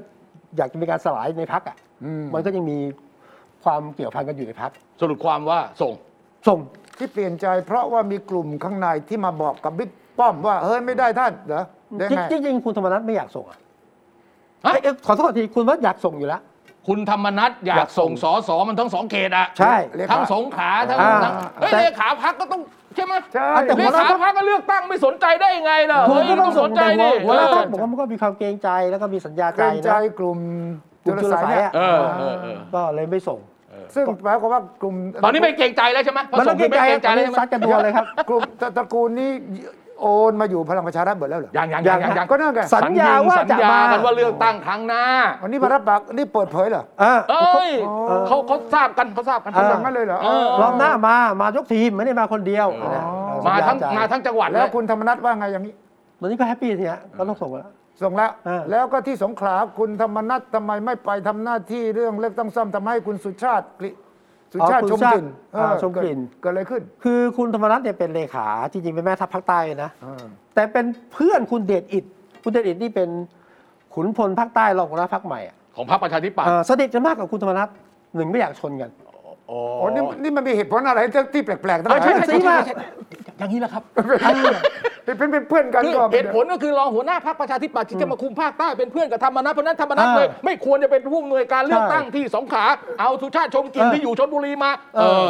Speaker 1: อยากจะมีการสลายในพักอ่ะ
Speaker 2: อืม
Speaker 1: มันก็ยังมีความเกี่ยวพันกันอยู่ในพัก
Speaker 3: สรุปความว่าส่ง
Speaker 1: ส่ง
Speaker 2: ที่เปลี่ยนใจเพราะว่ามีกลุ่มข้างในที่มาบอกกับบิ๊กป้อมว่าเฮ้ยไม่ได้ท่านเหรอได้ไง
Speaker 1: จริงจริงๆคุณธรรมนัฐไม่อยากส่งอ่ะ
Speaker 3: ฮะ
Speaker 1: เอ้ยเอ้ยขอโทษทีคุณว่าอยากส่งอยู่แล้ว
Speaker 3: คุณธรรมนัฐอยากส่งสอสอมันทั้งสองเขตอะ
Speaker 1: ใช่
Speaker 2: เลขา
Speaker 3: ทั้งสงขลาทั้ง
Speaker 1: อ่า
Speaker 3: ทั้งเฮ้ย
Speaker 1: แต่
Speaker 3: เลขาพักก็ต้องใช่ไหม
Speaker 2: ใช่
Speaker 1: แต่
Speaker 3: เล
Speaker 1: หัวหน้า
Speaker 3: ขา
Speaker 1: พรรค
Speaker 3: พักก็เลือกตั้งไม่สนใจได้ยังไงล่ะ
Speaker 1: คุ
Speaker 3: เฮ้
Speaker 1: ณ
Speaker 3: ย
Speaker 1: ก็
Speaker 3: ต้
Speaker 1: ต้อ
Speaker 3: อง ง
Speaker 1: ส่
Speaker 3: ส
Speaker 1: ง
Speaker 3: น
Speaker 1: ใจ
Speaker 3: ใจ
Speaker 1: ดิ
Speaker 3: ดิ
Speaker 1: หัวหน้าพัก
Speaker 3: เออ
Speaker 1: ผมว่ามันก็มีความเกรงใจแล้วก็มีสัญญา
Speaker 2: เก
Speaker 1: ใจ
Speaker 2: รงใจ
Speaker 1: นะ
Speaker 2: กลุ่ม
Speaker 1: กลุ่มจุลสาย
Speaker 2: จุ
Speaker 1: อะ
Speaker 3: เออเอ
Speaker 2: อ่า
Speaker 3: อเออ
Speaker 1: ก็เลยไม่ส่ง
Speaker 2: ซึ่งหมายความว่ากลุ่ม
Speaker 3: ตอนนี้ไม่เกรงใจแล้วใช่ไหมพอ
Speaker 1: มัน
Speaker 3: ส่
Speaker 1: ต้อ
Speaker 3: ง
Speaker 1: งเกร
Speaker 3: คือง ไม่
Speaker 1: ใจ
Speaker 3: เกรง
Speaker 1: ต
Speaker 3: ใจ
Speaker 1: อน
Speaker 3: แล้ว
Speaker 1: นี้
Speaker 3: ใช่ไหม
Speaker 1: ซัดกันตัวเลยครับ
Speaker 2: กลุ่มตระตระกูลนี้โอนมาอยู่พลังประชารัฐหมดแล้วเหรอ
Speaker 3: ยังยังยังยังยัง
Speaker 2: ก็นั่นไง
Speaker 1: สัญญาว่า
Speaker 3: สัญ
Speaker 1: จะ
Speaker 3: ญา
Speaker 1: มา
Speaker 3: กันว่าเลือกตั้งครั้งหน้า
Speaker 2: วันนี้มารับปากนี่เปิดเผยเหรอ
Speaker 1: อ่ะ
Speaker 3: เอ้ย
Speaker 2: เออ
Speaker 3: เขาเขาทราบกันเขาทราบกัน
Speaker 2: คุณสั่งกันเลยเหรอ
Speaker 3: เออ
Speaker 1: รอบหน้ามามายกทีมไม่ได้มาคนเดียว
Speaker 3: เออ
Speaker 1: นะ
Speaker 3: มาทั้ง
Speaker 1: สัญญ
Speaker 3: มา
Speaker 1: ใจ
Speaker 3: ทั้งจังหวัด
Speaker 2: แล้
Speaker 3: แล้ว ว
Speaker 2: คุณธรรมนัฐว่าไงอย่างนี้
Speaker 1: ตอนนี้ก็แฮปปี้ทีฮะก็ต้องส่งแล้ว
Speaker 2: ส่งแล้ว
Speaker 1: เออ
Speaker 2: แล้วก็ที่สงขลาคุณธรรมนัฐทำไมไม่ไปทำหน้าที่เรื่องเลือกตั้งซ่อมทำให้คุณสุชาติกลิสุชาติ
Speaker 1: อ๋อ
Speaker 2: ช
Speaker 1: คุ
Speaker 2: ม
Speaker 1: ณสุชาติ
Speaker 2: กลิ่นเออ
Speaker 1: อ่าชมกลิ่น
Speaker 2: เกิดอะไรขึ้น
Speaker 1: คือคุณธรรมนัฐเนี่ยเป็นเลขาจริงๆเป็นแม่ทัพภาคใต้นะ
Speaker 2: เออ
Speaker 1: แต่เป็นเพื่อนคุณเดชอิดคุณเดชอิดนี่เป็นขุนพลภาคใต้รองหัวหน้าพรรคใหม่อ่ะ
Speaker 3: ของพรรคประชาธิปัตย์
Speaker 1: อ่าสนิทกันมากกับคุณธรรมนัฐหนึ่งไม่อยากชนกัน
Speaker 3: อ๋
Speaker 2: โอ้นี่นี่มันมีเหตุผลอะไรที่แปลกๆทั้งหลาย
Speaker 3: เออใช่ใช่
Speaker 1: ซื้อมา
Speaker 3: อย่างนี้แหละครับ
Speaker 2: เป็นเป็นเพื่อนกัน
Speaker 3: คือ
Speaker 2: ก็
Speaker 3: เหตุผลก็คือรองหัวหน้าพรรคประชาธิปัตย์ที่จะมาคุมภาคใต้เป็นเพื่อนกับธรรมนัฐเพราะฉะนั้นธรรมนัฐเลย ไม่ควรจะเป็นผู้อำนวยการเลือกตั้งที่สงขลาเอาสุชาติชมกลิน
Speaker 1: เออ
Speaker 3: ที่อยู่ชลบุรีมา
Speaker 1: เออ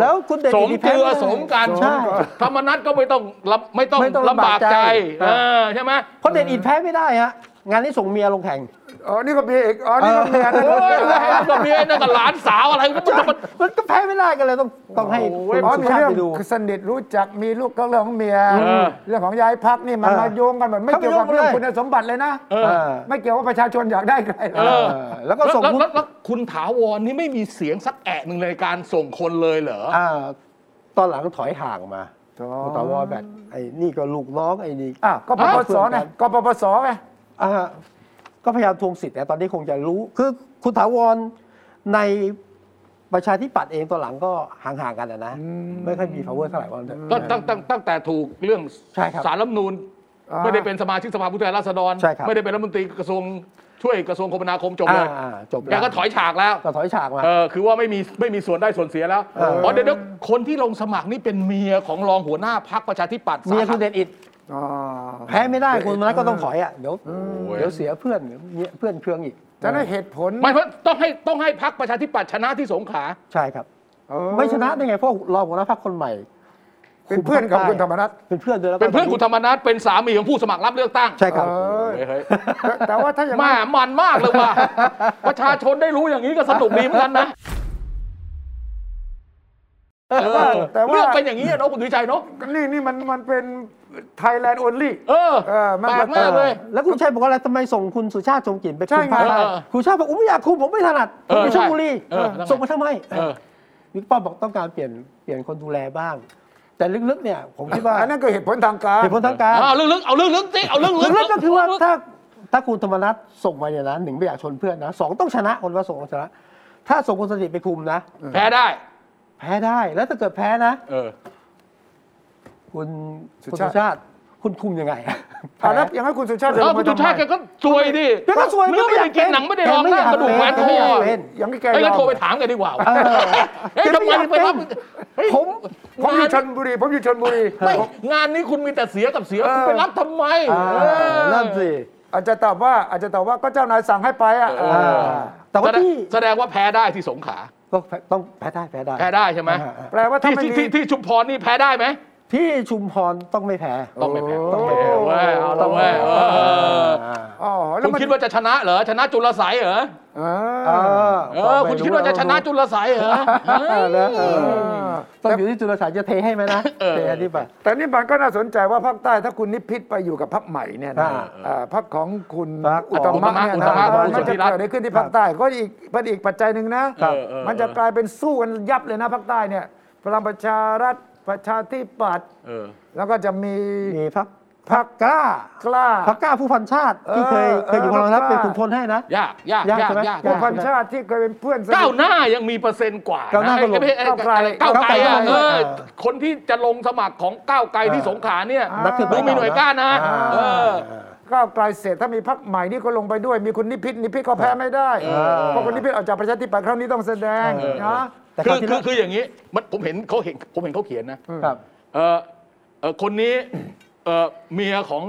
Speaker 1: แล้วคุณเดช
Speaker 3: ส
Speaker 1: อิ
Speaker 3: ม
Speaker 1: ดนี่
Speaker 3: เกลือ
Speaker 1: แพ้
Speaker 3: สมกัน
Speaker 1: ใช่
Speaker 3: ธรรมนัฐก็ไม่ต้องลำไม่ต้อง
Speaker 1: ไม่ต้อง
Speaker 3: ลำ
Speaker 1: ลำ
Speaker 3: บา
Speaker 1: บาก ก
Speaker 3: ใจ
Speaker 1: ใจ
Speaker 3: เอ
Speaker 1: เอ
Speaker 3: อใช่ไหม
Speaker 1: เพราะเดชอิดแพ้ไม่ได้ฮะงานนี้ส่งเมียลงแข่ง
Speaker 2: อ๋อนี่ก็มีเอกอ๋อนี่ก็มีอันนั้น
Speaker 3: โอ้ยก็มีไอ้นั่นกับหลานสาวอะไรก็มัน
Speaker 1: มันก็แพ้ไม่ได้กันเลยต้องต้องให้
Speaker 3: โอ้
Speaker 1: คุ
Speaker 3: ย
Speaker 1: ณ
Speaker 2: อ๋อ
Speaker 1: สุ
Speaker 2: มี
Speaker 1: ชาติ
Speaker 2: เรื่อง
Speaker 1: ไปดู
Speaker 2: สนิทรู้จักมีลูกก็เรื่องของเมีย
Speaker 3: เออ
Speaker 2: เรื่องของย้ายพักนี่มัน
Speaker 1: เออ
Speaker 2: มาโยงกันเหมือนไม่
Speaker 1: เขาไป
Speaker 2: เกี่ยวกับเรื่อง
Speaker 1: โยงเลย
Speaker 2: คุณสมบัติเลยนะ
Speaker 3: เออ
Speaker 1: เออ
Speaker 2: ไม่เกี่ยวว่าประชาชนอยากได้ใครหรอก
Speaker 3: เออ
Speaker 1: เออแล้วก็ส่งคุณ
Speaker 3: แล้วแล้วแล้วคุณถาวรนี่ไม่มีเสียงสักแอะหนึ่งในการส่งคนเลยเหรอ
Speaker 1: อ่าตอนหลังถอยห่างมาคุณตาวอแบบไอ้นี่ก็ลูกน้องไอ้นี่
Speaker 2: อ่ะก็ปปสไงก็ปปสไง
Speaker 1: อ่าก็พยายามทวงสิทธิ์แต่ตอนนี้คงจะรู้คือคุณถาวรในประชาธิปัตย์เองตอนหลังก็ห่างๆกันอะนะ ไม่ค่อยมี power เท่าไหร่วันเถอะ
Speaker 3: ก็ตั้งตั้งตั้งแต่ถูกเรื่อง
Speaker 1: ใช่ครับ
Speaker 3: สารรัฐธรรมนูญ
Speaker 2: อ่า
Speaker 3: ไม่ได้เป็นสมาชิกสภาผู้แทนราษฎร
Speaker 1: ใช่ครับ
Speaker 3: ไม่ได้เป็นรัฐมนตรีกระทรวงช่วยกระทรวงคมนาคมจบเล
Speaker 1: อ่าย อ่าจบ
Speaker 3: แกก็ถอยฉากแล้ว
Speaker 1: ก็ถอยฉากมา
Speaker 3: เออคือว่าไม่มีไม่มีส่วนได้ส่วนเสียแล้ว
Speaker 1: เอออ๋
Speaker 3: อ๋อเดี๋ยวเดี๋ยวคนที่ลงสมัครนี่เป็นเมียของรองหัวหน้าพรรคประชาธิปัตย์
Speaker 1: เมีย
Speaker 3: สาขา
Speaker 1: คุณเดชอิด
Speaker 2: อ๋อ
Speaker 1: แพ้ไม่ได้คุณมณัฐก็ต้องถอยอ่ะเดี๋ยว
Speaker 3: โอ้ย
Speaker 1: เดี๋ยวเสียเพื่อนเดี๋ยวเนี่ยเพื่อนเพื่องอีก
Speaker 2: จะได้เหตุผล
Speaker 3: ไม่เพราะต้องให้ต้องให้พักประชาธิปัตย์ชนะที่สงขลา
Speaker 1: ใช่ครับ
Speaker 2: เออ
Speaker 1: ไม่ชนะได้ไงเพราะรองหัวหน้าพรรคคนใหม่
Speaker 2: เป็นเพื่อนกับคุณธรรมนัฐ
Speaker 1: เป็นเพื่อนด้วยแล้วก็
Speaker 3: เป็นเพื่อนคุณธรรมนัฐเป็นสามีของผู้สมัครรับเลือกตั้ง
Speaker 1: ใช่ครับ
Speaker 2: เออ
Speaker 3: เฮ้ยเฮ้ย
Speaker 2: แต่แต่ว่าถ้าอย่าง
Speaker 3: แม่
Speaker 2: นั้น
Speaker 3: มันมากเลยว่ะประชาชนได้รู้อย่างนี้ก็สนุกดีเหมือนกันนะเออ
Speaker 2: แต่ว่า
Speaker 3: เรื่องเป็นอย่างนี้อะเนาะคุณดุชัยเนาะ
Speaker 2: นี่นี่มันมันเป็นไทยแลนด์ only
Speaker 3: เออ
Speaker 2: เออมัน
Speaker 3: แปลกมากเลย
Speaker 1: แล้วคุณชัยบอกว่าอะไรทำไมส่งคุณสุชาติชมกลิ่นไป
Speaker 2: ใช่
Speaker 1: คุม
Speaker 2: ไง
Speaker 1: พารา
Speaker 3: เออ
Speaker 1: คุณสุชาติบอกอุ้ยไม่อยากคุมผมไม่ถนัดผมไป
Speaker 3: เออ
Speaker 1: ชลบุรี
Speaker 3: ใช่เออแล้วไง
Speaker 1: ส่งมาทำไม
Speaker 3: เออ
Speaker 1: บิ๊กป้อมบอกต้องการเปลี่ยนเปลี่ยนคนดูแลบ้าง แต่ลึกๆเนี่ยผมคิดว่า
Speaker 2: อันนั้นก็เหตุผลทางการ
Speaker 1: เหตุผลทางการ
Speaker 3: เอาเรื่องลึกเอาเรื่องลึกสิเอาเรื่องลึก
Speaker 1: ลึกๆก็คือว่าถ้าถ้าคุณธรรมนัฐส่งมาเนี่ยนะหนึ่งไม่อยากชนเพื่อนนะสองต้องชนะคนว่าส่งต้องชนะ ถ้าส่งคุณสนติไปคุมนะ
Speaker 3: แพ้ได้
Speaker 1: แพ้ได้แล้วถ้าเกิดแพ้นะ
Speaker 3: เออ
Speaker 1: คุณคุณสุชาติ คุณคุมยังไงอะ
Speaker 2: อ่ะแล้ว
Speaker 1: แพ้
Speaker 2: อย่างนั้นคุณสุชาติ
Speaker 3: แล้ว
Speaker 2: ง
Speaker 3: คุณ
Speaker 2: ไป
Speaker 3: สุชาติแกก็ซวยดิ
Speaker 1: แกก็ซวย
Speaker 3: เนื้อไม่ได้กินหนังไม่ได้ร้อง
Speaker 1: แกไม่อยาก
Speaker 3: กระดูกแหวน
Speaker 1: เป็
Speaker 3: ท
Speaker 1: นแก
Speaker 3: อ
Speaker 1: ไม่อยาก
Speaker 3: ง
Speaker 1: เป็น
Speaker 2: อย่างที่แก
Speaker 3: เอ้ย
Speaker 2: ย
Speaker 3: ก็
Speaker 2: อม
Speaker 3: โทรไปถามแกดีกว่า
Speaker 1: เออ
Speaker 3: เอ้ยทำไมไปรับเฮ้ย
Speaker 1: ผม
Speaker 2: ผมอยู่ช
Speaker 3: งาน
Speaker 2: นบุรี ผมอยู่ชนบุรี
Speaker 3: ไม่งานนี้คุณมีแต่เสียกับเสียคุณไปรับทำไม
Speaker 1: อ่า
Speaker 3: เออ
Speaker 1: นั่นสิ
Speaker 2: อาจจะตอบว่าอาจจะตอบว่าก็เจ้านายสั่งให้ไปอ่ะ
Speaker 1: อ่าแต่ว่า
Speaker 3: แสดง
Speaker 1: ที่
Speaker 3: แสดงว่าแพ้ได้ที่สงขลา
Speaker 1: ก็แพ้ต้องแพ้ได้แพ้ได้
Speaker 3: แพ้ได้ใช่ไหม
Speaker 1: อ่าอ่า
Speaker 2: แปลว่าถ้า
Speaker 3: ที่
Speaker 2: ไม่มี
Speaker 3: ที่ที่ที่ชุมพรนี่แพ้ได้ไหม
Speaker 1: ที่ชุมพรต้องไม่แพ้
Speaker 3: ต้องไม่แพ้
Speaker 2: โอ้
Speaker 3: ต้องไม่แพ้เว้ยเอาละเว้ยเออ
Speaker 1: อ่า
Speaker 2: อ๋อแล้
Speaker 3: คุ
Speaker 2: ว
Speaker 3: ณ
Speaker 2: มัน
Speaker 3: คิดว่าจะชนะเหรอชนะจุลสายเหรอ
Speaker 1: เ
Speaker 2: เอ
Speaker 1: อ
Speaker 2: อ
Speaker 1: อ
Speaker 3: เออ คุณคิดว่าจะชนะจุลสายเหรอ
Speaker 1: เออนะเออ
Speaker 2: แต่
Speaker 1: ต้องอยู่ที่จุลสารจะเทให้ไหมนะ
Speaker 3: เออ
Speaker 1: เทอันนี้ไป
Speaker 2: แต่นี่มันก็น่าสนใจว่าภาคใต้ถ้าคุณนิพิษไปอยู่กับพรรคใหม่เนี่ยนะ
Speaker 1: อ่า
Speaker 2: อ่าพรรคของคุณ
Speaker 1: พรรคของ
Speaker 2: อุตมะเนี่ย
Speaker 3: อุ
Speaker 2: นะ
Speaker 3: ตมะ
Speaker 2: เออ
Speaker 3: อุตมะ
Speaker 2: มันจะเกิดอะไรขึ้นที่ภาคใต้ก็อีกเป็นอีกปัจจัยหนึ่งนะครับ
Speaker 3: เออเออ
Speaker 2: มันจะกลายเป็นสู้กันยับเลยนะภาคใต้เนี่ยพลังประชารัฐประชาธิปัตย์
Speaker 3: เออ
Speaker 2: แล้วก็จะมี
Speaker 1: มีพัก
Speaker 2: พรรค
Speaker 1: กล้าก
Speaker 2: ล้า
Speaker 1: พักกล้าผู้พันชาติที่เคย
Speaker 2: เออ
Speaker 1: เคยอยู่พลัง
Speaker 2: เออ
Speaker 1: รับเป็น
Speaker 2: พร
Speaker 1: ขุ
Speaker 2: รคกล้า
Speaker 1: นพลให้นะ
Speaker 3: ยากยาก
Speaker 1: ยาก
Speaker 3: ยาก
Speaker 1: ใช่ไหม
Speaker 3: ยาก
Speaker 2: พวก
Speaker 1: ย
Speaker 2: พันชาติที่เคยเป็นเพื่อนสนิท
Speaker 3: ก้าวหน้ายังมีเปอร์เซ็นต์กว่าะ
Speaker 1: ก้าวหน้าก็ลง
Speaker 3: ไอ้ไอ้
Speaker 2: ก้าวไกล
Speaker 3: ก้าวไกลอะ
Speaker 1: ก้าวไกล
Speaker 3: เออ
Speaker 1: เออ
Speaker 3: คนที่จะลงสมัครของก้าวไกลที่
Speaker 1: อ่า
Speaker 3: สงขลาเนี่ย
Speaker 1: นักขึ้นไป
Speaker 3: ดูมีหน่วยก้านนะ
Speaker 1: อ่
Speaker 3: เออ
Speaker 2: ก้าวไกลเสร็จถ้ามีพรรคใหม่นี่ก็ลงไปด้วย มีคุณนิพิษนิพิษก็แพ้ไม่ได้เพราะคุณนิพิษออกจากประชาธิปัตย์ครั้งนี้ต้องแสดงนะ
Speaker 1: แต่
Speaker 3: คื
Speaker 1: ค
Speaker 3: อ
Speaker 1: ราวที่
Speaker 3: คื
Speaker 1: แล้
Speaker 3: อ
Speaker 1: ว
Speaker 3: คืออย่างนี้มันผมเห็นเขาเห็นผมเห็นเขาเขียนนะครับ เออเออคนนี้ เออเมียของ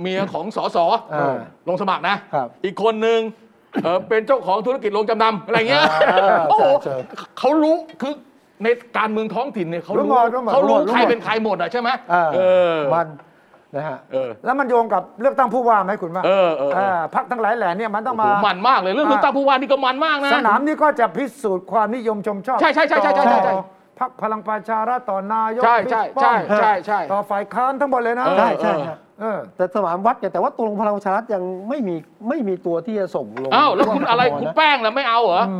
Speaker 3: เมียของสส
Speaker 1: อ่า
Speaker 3: ลงสมัครนะ
Speaker 1: ครับ
Speaker 3: อีกคนนึงเออเป็นเจ้าของธุรกิจโรงจำนำอะไรเงี้ย
Speaker 1: อ่า
Speaker 3: โอ้โห
Speaker 1: ใช่ใช่
Speaker 3: เขารู้คือในการเมืองท้องถิ่นเนี่ยเขารู้
Speaker 2: รู้หมดรู้หมด
Speaker 3: เขารู้ใครเป็นใครหมดอ่ะใช่ไหม
Speaker 1: อ่า
Speaker 3: เออ
Speaker 1: มันนะฮะ
Speaker 3: เออ
Speaker 2: แล้วมันโยงกับเลือกตั้งผู้ว่าไหมคุณว่า
Speaker 3: เออเออเออ
Speaker 2: าพรรคทั้งหลายแหล่เนี่ยมันต้อง
Speaker 3: โอ้
Speaker 2: มา
Speaker 3: โหมันมากเลยเรื่อง
Speaker 2: อ่า
Speaker 3: เลือกตั้งผู้ว่านี่ก็มันมากนะ
Speaker 2: สนามนี้ก็จะพิสูจน์ความนิยมชมชอบ
Speaker 3: ใช่ใช่ใช่ใช่ใช่ใช่ใช่
Speaker 2: ต่อพรรคพลังประชารัฐต่อนายก
Speaker 3: ใช่ใช่
Speaker 2: บิ๊กป้อม
Speaker 3: ใช่ใช่ใช่
Speaker 2: ต่อฝ่ายค้านทั้งหมดเลยนะ
Speaker 3: เออ
Speaker 1: ใช่ใช่ฮะ
Speaker 2: เออ
Speaker 1: แต่สมามวัดเนี่ยแต่ว่าตัวลงพลังประชารัฐยังไม่มีไม่มีตัวที่จะส่งลง
Speaker 3: อ้าวแล้วคุณอะไรคุณ
Speaker 1: แป้ง
Speaker 3: แป้งล่ะไม่เอาเหรออ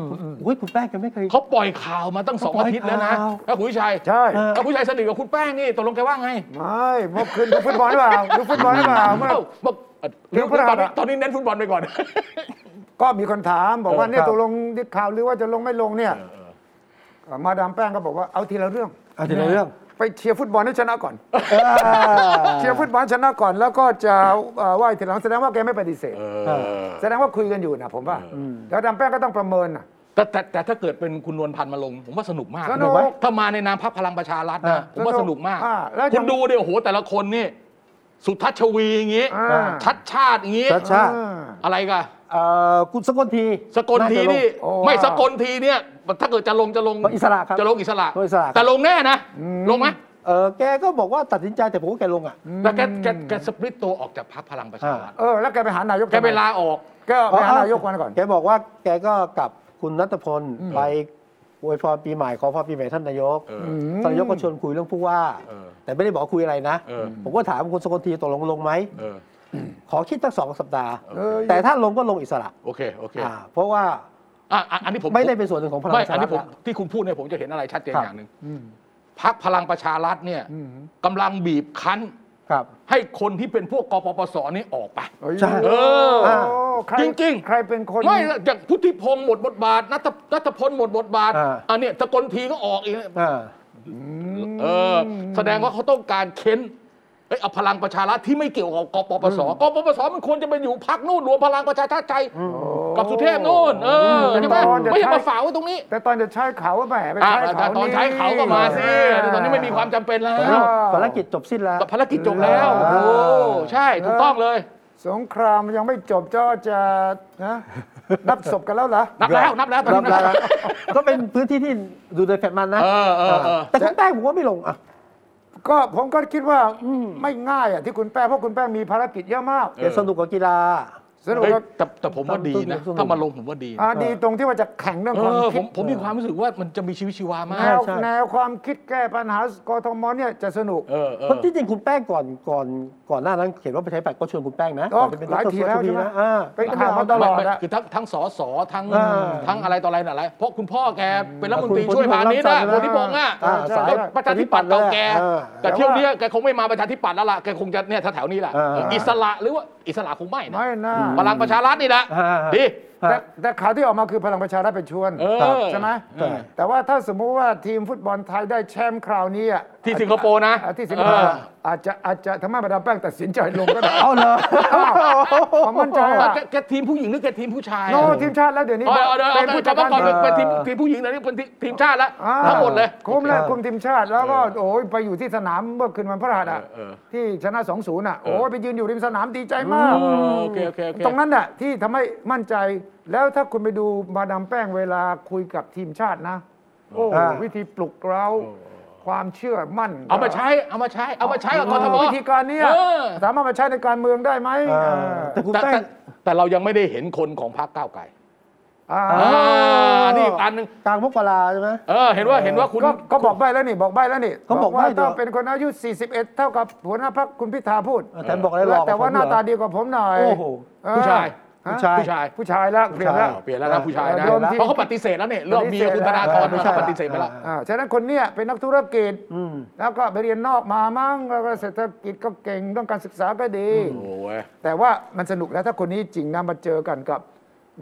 Speaker 1: อุ้ยคุณแป้งยังไม่เคย
Speaker 3: เขาปล่อยข่าวมาตั้งสอง
Speaker 1: เขาปล่อ
Speaker 3: อา
Speaker 1: ย
Speaker 3: ทิตย์แล้วนะ
Speaker 1: ข่าว
Speaker 3: แล้วคุณวิชัย
Speaker 2: ใช่
Speaker 3: แล้วคุณวิชัยสนิทกับคุณแป้งนี่ตกลงแกว่าไง
Speaker 2: ไม่เมื่อคืนดูฟุตบอลหรือเปล่าดูฟุตบอลหรือเปล่าเมื่อ
Speaker 3: เอ้าบอกเอ่อ
Speaker 2: เดี๋ยวพระรหัส
Speaker 3: ตอนนี้
Speaker 2: อะ
Speaker 3: ตอนนี้เน้นฟุตบอลไปก่อน
Speaker 2: ก็มีคนถามบอกว่า
Speaker 1: เออ
Speaker 2: เนี่
Speaker 1: ค
Speaker 2: ย
Speaker 1: รับ
Speaker 2: ตกลงที่ข่าวหรือว่าจะลงไม่ลงเนี่ยมาดามแป้งก็บอกว่าเอาทีละเรื่อง
Speaker 1: เอาทีละเรื่อง
Speaker 2: ไปเชียร์ฟุตบอลให้ชนะก่อน
Speaker 1: เออ
Speaker 2: เชียร์ฟุตบอลชนะก่อนแล้วก็จะเอ่อไหว้ทีหลังแสดงว่าแกไม่ปฏิเสธ แสดงว่าคุยกันอยู่นะผมว่าแล้วดามแป้งก็ต้องประเมินนะ
Speaker 3: แต่แต่แต่ถ้าเกิดเป็นคุณนวลพันธ์มาลง ผมว่าสนุกมาก
Speaker 2: สนุกไหม
Speaker 3: ถ้ามาในนามพรรคพลังประชารัฐ
Speaker 1: อ่า
Speaker 3: นะผมว่าสนุกมาก
Speaker 2: อ่าแล้ว
Speaker 3: คุณ
Speaker 2: จะ
Speaker 3: ดูเดี๋ยวโหแต่ละคนนี่ สุทัศน์ชวีอย่างงี้
Speaker 2: อ่า
Speaker 3: ชัดชาติอย่างงี้
Speaker 1: ชัดชาติ
Speaker 2: อ่า
Speaker 3: อะไรกัน
Speaker 1: เอ่อคุณสกลที
Speaker 3: สกลที
Speaker 1: าจะง
Speaker 3: นี่
Speaker 2: โอ้
Speaker 3: ไม่
Speaker 2: ว่า
Speaker 3: สกลทีเนี่ยถ้าเกิดจะลงจะลง
Speaker 1: ก็อิสระครับ
Speaker 3: จะลงอิสระ
Speaker 1: ก็อิสระครับ
Speaker 3: แต่ลงแน่นะลงไหม
Speaker 1: เออแกก็บอกว่าตัดสินใจแต่ผมว่าแกลงอ่ะ
Speaker 3: แต่แกแกแกสปริตตัวออกจากพรรคพลังประชารัฐ
Speaker 2: เออแล้วแกไปหานายก
Speaker 3: แก
Speaker 2: ทำม
Speaker 3: ไปลาออก
Speaker 2: แกไปหานายกวันก่อน
Speaker 1: แกบอกว่าแกก็กับคุณนัทพลไปอวยพรปีใหม่ขอพรปีใหม่ท่านนายก
Speaker 3: เออ
Speaker 1: ท่านนายกก็ชวนคุยเรื่องผู้ว่า
Speaker 3: เออ
Speaker 1: แต่ไม่ได้บอกคุยอะไรนะ
Speaker 3: เออ
Speaker 1: ผมก็ถามคุณสกลทีตกลงลงไหม
Speaker 3: เออ
Speaker 1: ขอคิดตั้งสองสัปดาห์
Speaker 2: เออ
Speaker 1: แต่ถ้าลงก็ลงอิสระ
Speaker 3: โอเคโอเค
Speaker 1: อ่าเพราะว่า
Speaker 3: อ่ะอ่ะอันนี้ผม
Speaker 1: ไม่ได้เป็นส่วนหนึ่งของพลังป
Speaker 3: ไม่
Speaker 1: ระ
Speaker 3: อั
Speaker 1: ชาน รัฐ
Speaker 3: นี้ผม
Speaker 1: ละ
Speaker 3: ที่คุณพูดเนี่ยผมจะเห็นอะไรชัดเจน
Speaker 1: ครับ
Speaker 3: อย่างหนึ่งพรรคพลังประชารัฐเนี่ยกำลังบีบคั้น
Speaker 1: ครับ
Speaker 3: ให้คนที่เป็นพวกกปปสนี่ออกไป
Speaker 2: เอ้ย
Speaker 1: ใช่
Speaker 3: เออ
Speaker 2: โอ้ใค
Speaker 3: จริงๆ
Speaker 2: ใครเป็นคน
Speaker 3: ไม่อย่างพุทธิพงศ์หมดบทบาทนัทนัทพลหมดบทบาท
Speaker 1: อ่า
Speaker 3: อันเนี้ยสกลทีก็ออกอีก
Speaker 1: อ่า
Speaker 3: เออแสดงว่าเขาต้องการเค้นไอ ฮ้ยเอาพลังประชารัฐที่ไม่เกี่ยวกับกปปสกปปสมันควรจะไปอยู่พักนู่นรวมพลังประชาชาติใจกับสุเทพนู่นเออใช่ไหม
Speaker 2: ตอนจะ
Speaker 3: ไม่ใช่
Speaker 2: ใช้
Speaker 3: มาฝากไว้ตรงนี้
Speaker 2: แต่ตอนจะใช้เขาก็แหมไป
Speaker 3: อ่ะ
Speaker 2: ใช้
Speaker 3: แต่
Speaker 2: เขา
Speaker 3: ตอนใช้เขาก็มาสิแต่ตอนนี้ไม่มีความจำเป็นแล้ว
Speaker 2: า
Speaker 1: ภารกิจจบสิ้นแล้ว
Speaker 3: ภารกิจจบแล้วโอ้ใช่ถูกต้องเลย
Speaker 2: สงครามยังไม่จบเจ้าจะนะนับศพกันแล้วเหรอ
Speaker 3: นับแล้วนับแล้วตอน
Speaker 1: รับ
Speaker 3: นี้นับ
Speaker 1: ได้
Speaker 3: แล้ว
Speaker 1: ก็เป็นพื้นที่ที่ดูโดยแฟดมันนะ
Speaker 3: เออเออเออ
Speaker 1: แต่คุณแป้งผมว่าไม่ลงอ่ะ
Speaker 2: ก็ผมก็คิดว่าอืมไม่ง่ายอ่ะที่คุณแป้งเพราะคุณแป้งมีภารกิจเยอะมาก
Speaker 3: เออ
Speaker 1: เดี๋ยวสนุกกับกีฬา
Speaker 2: สรุป
Speaker 3: เฮ้ย
Speaker 2: ว่า
Speaker 3: แต่แต่ผมว่าดีนะ ถ้ามาลงผมว่าดีนะ
Speaker 2: อ่าดีตรงที่ว่าจะแข่งเรื่อง
Speaker 3: เอ
Speaker 2: ความ
Speaker 3: อผ
Speaker 2: คิด
Speaker 3: มผมมีความรู้สึกว่ามันจะมีชีวิตชีวามาก
Speaker 2: แนว
Speaker 1: ใช่
Speaker 2: แนวความคิดแก้ปัญหากทมเนี่ยจะสนุก
Speaker 3: เออเอ
Speaker 1: เพ
Speaker 3: อ
Speaker 1: ราะที่จริงคุณแป้งก่อนก่อนก่อนหน้านั้นเขียนว่าประชาธิปัตย์ก็ชวนคุณแป้งนะ
Speaker 2: อ๋อ
Speaker 1: ก่อนจะเป็น
Speaker 2: หลายทีแล้วใช่ไหม
Speaker 1: นะอ่า
Speaker 2: เป็นข่าวมาตลอด
Speaker 3: ไม่ไม่
Speaker 2: อะ
Speaker 3: คือทั้งทั้งสอสอทั้ง
Speaker 1: อ่า
Speaker 3: ทั้งอะไรต่ออะไรน่ะอะไรเพราะคุณพ่อแกเป็นรัฐมนตรี
Speaker 1: คุณ
Speaker 3: ช่วยพาณิชย์นะ
Speaker 1: คุณพ
Speaker 3: คุณ
Speaker 1: ล
Speaker 3: นิพงษ์อ่ะ
Speaker 1: อ่าสาย
Speaker 3: ก็ประชาธิปัตย์เก่าแก
Speaker 1: เออ
Speaker 3: แต่เที่ยวเนี้ยแกคงไม่มาประชาธิปัตย์แล้วล่ะแกคงจะเนี่ยแถวๆนี้แหละ
Speaker 1: อ่า
Speaker 3: เอออิสระหรือว่าอิสระคงไม่นะ
Speaker 2: ไม่น่า
Speaker 3: พลังประชารัฐนี่แหละ
Speaker 1: อ่า
Speaker 3: ดี
Speaker 1: ฮะ
Speaker 2: แต่แต่ข่าวที่ออกมาคือพลังประชารัฐไปชวน
Speaker 3: เออ
Speaker 2: ใช่ไหม
Speaker 1: ใช่
Speaker 2: แต่ว่าถ้าสมมุติว่าทีมฟุตบอลไทยได้แชมป์คราวนี้อ่ะ
Speaker 3: ที่สิงคโปร์นะ
Speaker 2: อ่ะที่สิงคโปร์
Speaker 3: เออ
Speaker 2: อาจจะอาจจะทำให้มาดามแป้งตัดสินใจลงก็ได้
Speaker 1: เอาเลย
Speaker 2: ผมมั่นใจ
Speaker 3: เออ
Speaker 2: อ่ะ
Speaker 3: แกแกทีมผู้หญิงหรือแกทีมผู้ชาย
Speaker 2: โนทีมชาติแล้วเดี๋ยวนี้
Speaker 3: เออเออเออ
Speaker 2: เป็นผู้จัด
Speaker 3: จำว่าก่อน
Speaker 2: การ
Speaker 3: เป็นทีมทีมผู้หญิงเดี๋ยวนี้เป็นทีมทีมชาติแล้ว
Speaker 2: อ่า
Speaker 3: ทั้งหมดเลย
Speaker 2: คุมแล้วคุมทีมชาติแล้วก็
Speaker 3: เออ
Speaker 2: โอ้ยไปอยู่ที่สนามเมื่อคืนวันพฤหัสอ่ะ
Speaker 3: เออเออ
Speaker 2: ที่ชนะ 2 0 อ่ะ
Speaker 3: เออ
Speaker 2: โอ้ยไปยืนอยู่ริมสนามดีใจมาก
Speaker 3: เออโอเคโอเคโอเค
Speaker 2: ตรงนั้นน่ะที่ทำให้มั่นใจแล้วถ้าคุณไปดูมาดามแป้งเวลาคุยกับทีมชาตินะ โอ้
Speaker 1: อ่า
Speaker 2: วิธีปลุกเรา ความเชื่อมั่น
Speaker 3: เอามาใช้ เอามาใช้ เอามาใช้กับกทม
Speaker 2: วิธีการเนี้ย
Speaker 3: เออ
Speaker 2: สามารถมาใช้ในการเมืองได้ไหม
Speaker 1: เออแต่คุณ
Speaker 3: แต่
Speaker 1: แป้ง
Speaker 3: แต่แต่เรายังไม่ได้เห็นคนของพรรคก้าวไกล
Speaker 2: อ่า
Speaker 1: เอ
Speaker 3: อ่านี่อีกอันหนึง
Speaker 1: กลางมกราใช่ไหม
Speaker 3: เออ เห็นว่าเห็นว่าคุณ
Speaker 2: ก็ก็บอกใบแล้วนี่บอกใบแล้วนี่
Speaker 1: เขาบอก
Speaker 2: ว่า
Speaker 1: ใบ้เดี๋ยว
Speaker 2: ถ้าเป็นคนอายุ 41 เท่ากับหัวหน้าพรรคคุณพิธาพูด
Speaker 1: แต่บอกอะไรหรอก
Speaker 2: แต่ว่าหน้าตา
Speaker 1: ผมเร
Speaker 2: ดีกว่าผมหน่อย
Speaker 1: โอ้โห
Speaker 2: เออ
Speaker 3: ผู้ชาย
Speaker 2: ฮะ
Speaker 1: ผู้ชาย
Speaker 3: ผู้ชา
Speaker 2: ผู้ชา
Speaker 3: ย
Speaker 2: ยแล้วเปลี่ยนแล้ว
Speaker 3: เปลี่ยนแล้วนะผู้ชายนะ
Speaker 2: เออ
Speaker 3: เพราะเขาปฏิเสธแล้วเนี่ยเรื่อง
Speaker 2: ปฏิ
Speaker 3: เมี
Speaker 2: เส
Speaker 3: ย
Speaker 2: ธ
Speaker 3: คุณธนาธร
Speaker 2: แล้ว
Speaker 3: เขาปฏิเสธไปแล้ว
Speaker 1: อ่า
Speaker 2: อ่าฉะนั้นคนเนี้ยเป็นนักธุรกิจ
Speaker 1: อืม
Speaker 2: แล้วก็ไปเรียนนอกมามั้งแล้วก็เศรษฐกิจก็เก่งเรื่องการศึกษาก็ดี
Speaker 3: โอ้โห
Speaker 2: แต่ว่ามันสนุกนะถ้าคนนี้จริงนะมาเจอกันกับ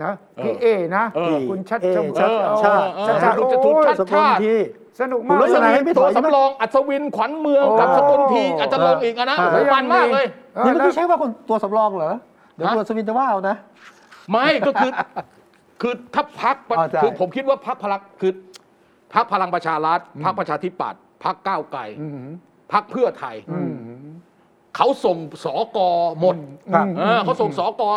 Speaker 2: นะพี่เอนะ
Speaker 3: เออ
Speaker 2: คุณชัด
Speaker 1: เอ
Speaker 2: ช
Speaker 1: ชัด
Speaker 2: เออ
Speaker 1: ชาติ
Speaker 2: ชาติชาติ
Speaker 3: เออ
Speaker 2: โอ้ย
Speaker 3: ชัด
Speaker 1: สกุลที่
Speaker 2: สนุกมา
Speaker 1: คุณ
Speaker 2: ก
Speaker 1: ลักษณะ ไม่ถ
Speaker 3: ตั
Speaker 1: อ
Speaker 3: วย
Speaker 1: ใช่ไหม
Speaker 3: สำรองอัศวินขวัญเมือง
Speaker 2: โอ้
Speaker 3: กับสกุลทีอาจจะลงอีกอะนะ
Speaker 1: เออ
Speaker 3: โอ้โหมันมากเลย
Speaker 2: เออ
Speaker 1: นี่เมื่อกี้
Speaker 2: แล้ว
Speaker 1: ใช่ว่าคนตัวสำรองเหรอ เดี๋ยวตัวสวินจะว่าเอานะ
Speaker 3: ไม่ก็คือ คือถ้าพัก
Speaker 1: อ๋อใช่
Speaker 3: คือผมคิดว่าพักพลังคือพักพลังประชารัฐพักประชาธิปัตย์พักก้าวไกล
Speaker 2: อืม
Speaker 3: พักเพื่อไทย
Speaker 2: อืม
Speaker 3: เขาส่งสอกอหมด
Speaker 1: ครับ
Speaker 3: เออเขาส่งสอกอ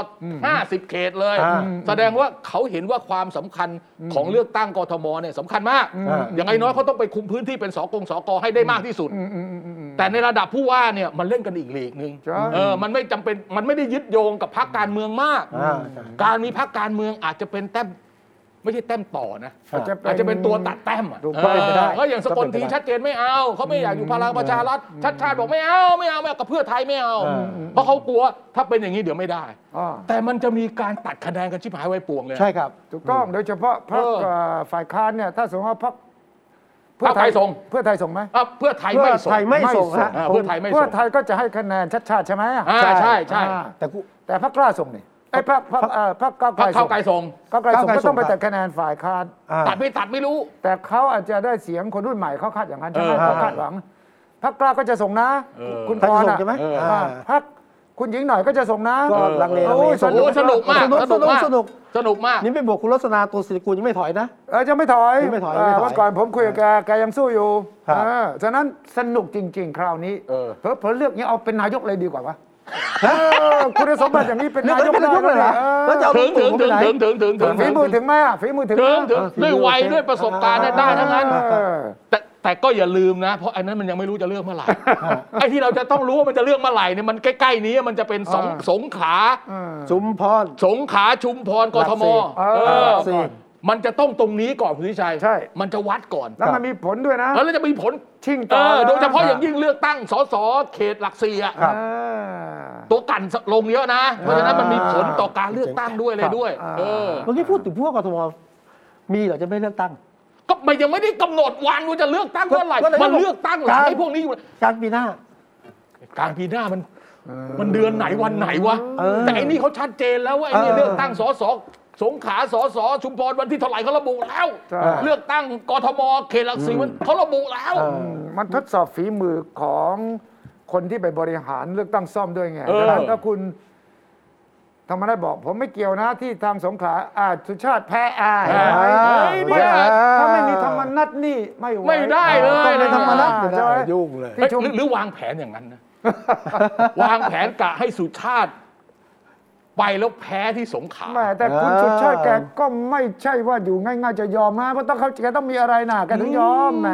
Speaker 3: ห้าสิบเขตเลย
Speaker 1: อ่า
Speaker 3: แสดงว่าเขาเห็นว่าความสำคัญของเลือกตั้งกทมเนี่ยสำคัญมาก
Speaker 1: อ่า
Speaker 3: อย่างน้อยๆเขาต้องไปคุมพื้นที่เป็นสอกงสอกอให้ได้มากที่สุด
Speaker 2: อืมอืมอืมอืมอืม
Speaker 3: แต่ในระดับผู้ว่าเนี่ยมันเล่นกันอีกหลีกหนึ่ง
Speaker 2: ใช่
Speaker 3: เออมันไม่จำเป็นมันไม่ได้ยึดโยงกับพรรคการเมืองมาก
Speaker 1: อ่าใช่
Speaker 3: การมีพรรคการเมืองอาจจะเป็นแต้มไม่ใช่แต้มต่อนะ
Speaker 2: อาจจะ
Speaker 3: อาจจะเป็นตัวตัดแต้มอ่ะ
Speaker 1: ถูกต้อง
Speaker 3: เออ
Speaker 1: เป็นไปได้
Speaker 3: ก็อย่างสกล
Speaker 1: ก็เป็
Speaker 3: ที
Speaker 1: นไปได้
Speaker 3: ชัดเจนไม่เอา เขาไม่อยากอยู่พลังประชารัฐชัดชาติบอกไม่เอาไม่เอาไม่เอากับเพื่อไทยไม่เอา
Speaker 1: อืม
Speaker 3: เพราะเขากลัวถ้าเป็นอย่างนี้เดี๋ยวไม่ได้
Speaker 2: อ่า
Speaker 3: แต่มันจะมีการตัดคะแนนกันชิบหายไว้ป่วงเลย
Speaker 1: ใช่ครับ
Speaker 2: ถูกต้องโดยเฉพาะพรรค
Speaker 3: เออ
Speaker 2: เอ่อฝ่ายค้านเนี่ยถ้าสมมติว่าพรรค
Speaker 3: พรรคไทยส่ง
Speaker 2: เพื่อไทยส่งไหม
Speaker 3: อ่ะเพื่อไทย
Speaker 1: เพื่
Speaker 3: ไม่
Speaker 1: อ
Speaker 3: ส่ง
Speaker 1: ไทยไม่ส่งฮะ
Speaker 3: อ่าเพื่อไทยไม่
Speaker 2: เพื่
Speaker 3: ส่
Speaker 2: อง ไทยก็จะให้คะแนนชัดชาติใช่ไหมอ่ะ
Speaker 3: อ่าใช่ใช่
Speaker 2: อ่า
Speaker 1: แต่กู
Speaker 2: แต่พรรคกล้าส่งนี่ไอ้ยพรรคพรรคเอ่อพรรคก้าว
Speaker 3: พรรคเข้าวไก
Speaker 2: ไก
Speaker 3: ล
Speaker 2: ลส่ง
Speaker 3: ส่ง
Speaker 2: ก้าวไกลส่ง
Speaker 1: ก้าวไกล
Speaker 2: ก็ต้องไป
Speaker 1: ส่ง
Speaker 2: แต่คะแนนฝ่ายค้าน
Speaker 1: อ่า
Speaker 3: ตัดไม่ตัดไม่รู้
Speaker 2: แต่เขาอาจจะได้เสียงคนรุ่นใหม่เขาคาดอย่างนั้นใช่ไหม
Speaker 3: เออ
Speaker 2: เขาคาดหวังพรรคกล้าก็จะส่งนะ
Speaker 3: เออ
Speaker 2: คุณ
Speaker 1: พรรค
Speaker 2: ร
Speaker 1: จะส่ง
Speaker 2: อ่ะ
Speaker 1: ใช่ไหม
Speaker 2: เออ
Speaker 1: เออ
Speaker 2: พรรคคุณหญิงหน่อยก็จะส่งนะ
Speaker 1: ก็ลังเลลังเล
Speaker 2: โอ้ย
Speaker 3: ส
Speaker 2: ส
Speaker 3: นุ
Speaker 2: นุ
Speaker 3: ก
Speaker 2: ก
Speaker 3: สนุกมาก
Speaker 1: สนุกสนุก
Speaker 3: สนุกมาก
Speaker 1: นี่เป็นบวกคุณลักษณะตัวศิริกุลยังไม่ถอยนะ
Speaker 2: เออจะไม่ถอย
Speaker 1: ยังไม่ถอย
Speaker 2: เ
Speaker 1: ยังไม่ถอย
Speaker 2: วันก่อนผมคุยกับแกแกยังสู้อยู่
Speaker 1: ครับ
Speaker 2: เออฉะนั้นสนุกจริง ๆ คราวนี้
Speaker 3: เออ
Speaker 2: เผลอๆเลือกนี้เอาเป็นนายกเลยดีกว่าวะเออคุณสมบัติอย่างนี้เป็น
Speaker 1: เลือก
Speaker 2: นายก
Speaker 1: เป็นนายกเลยเหรอ
Speaker 2: แล้
Speaker 1: แล้ว
Speaker 2: ว
Speaker 1: จะเอา
Speaker 3: ถึ
Speaker 1: ลุ
Speaker 3: ง
Speaker 1: ง
Speaker 3: ถึ
Speaker 1: ตู่ไปไห
Speaker 3: งถึง
Speaker 1: น
Speaker 3: ถึงถึงถึงถึง
Speaker 2: ฝีมือถึงไหมอ่ะฝีมือถึงไหม
Speaker 3: ถึง
Speaker 2: อ่ะ
Speaker 3: ถึงด้วยวัยด้วยประสบการณ์เนี่ยได้ทั้งนั้น
Speaker 2: เออ
Speaker 3: แต่แต่ก็อย่าลืมนะ เพราะอันนั้นมันยังไม่รู้จะเลือกเมื่อไหร่ ไอ้ที่เราจะต้องรู้ว่ามันจะเลือกเมื่อไหร่เนี่ยมันใกล้ ๆ นี้มันจะเป็นสง
Speaker 2: อ่า
Speaker 3: สงขลา
Speaker 2: เออ
Speaker 1: จุมพร
Speaker 3: สงขลาชุมพรกทม
Speaker 2: เออ
Speaker 3: เอ
Speaker 1: ห
Speaker 3: อ
Speaker 1: ลักสี่
Speaker 3: มันจะต้องตรงนี้ก่อนคุณทิชัย
Speaker 2: ใช่
Speaker 3: มันจะวัดก่อน
Speaker 2: แล้วมันมีผลด้วยนะ
Speaker 3: แล้วจะมีผล
Speaker 2: ชิง
Speaker 3: เอ
Speaker 2: ต่อ
Speaker 3: อ
Speaker 2: นะ
Speaker 3: โดยเฉพาะอย่างยิ่งเลือกตั้งสสเขตหลักสี่อะ
Speaker 2: เออ
Speaker 3: ตัวกันลงเยอะนะ เพราะฉะนั้นมันมีผลต่อการเลือกตั้งด้วยเลยด้วย
Speaker 2: อ่า
Speaker 3: เออ
Speaker 1: เมื่อกี้พูดถึงผู้ว่ากทมมีเหรอจะไม่เลือกตั้ง
Speaker 3: ก็มันยังไม่ได้กำหนดวันว่าจะเลือกตั้งเมื่อไหร่
Speaker 1: ก็เลย
Speaker 3: มันเลือกตั้งหลัง
Speaker 1: การ
Speaker 3: ไอ้พวกนี้อยู่
Speaker 1: กลางปีหน้า
Speaker 3: กลางปีหน้ามันมันเดือนไหนวันไหนวะ
Speaker 1: เออ
Speaker 3: แต่ไอ้นี่เขาชัดเจนแล้วว่าไอ้นี่
Speaker 1: เออ
Speaker 3: เลือกตั้งสสสงขลาสสชุมพรวันที่เท่าไหร่เขาระบุแล้ว
Speaker 2: ใช่
Speaker 3: เลือกตั้งกทมเขตหลักสี่มันเขาระบุแล้ว
Speaker 2: มันทดสอบฝีมือของ คนที่ไปบริหารเลือกตั้งซ่อมด้วยไง
Speaker 3: เออ
Speaker 2: ดังนั้นถ้าคุณธรรมนัฐบอก ผมไม่เกี่ยวนะที่ทางสงขลาอาสุชาติแพ้อา
Speaker 3: เออ
Speaker 2: เฮ้ย
Speaker 3: เฮ้ยเนี่ย
Speaker 2: ไม่ถ้าไม่มีธรรมนัฐนี่ไม่หว
Speaker 3: ไม่ได้เลย
Speaker 1: ต้องเป็นธรรมนัต
Speaker 2: อ่า
Speaker 1: นะ
Speaker 2: ใช่
Speaker 1: ยุ่งเลย
Speaker 3: เอ้ยหรือหรือวางแผนอย่างนั้น นะ วางแผนกะให้สุชาติ ไปแล้วแพ้ที่สงขลา
Speaker 2: แหม่แต่คุณ
Speaker 1: อ่า
Speaker 2: สุชาติแกก็ไม่ใช่ว่าอยู่ง่ายๆจะยอมนะเพราะต้องเขาแกต้องมีอะไรนะแกถึงยอมแหม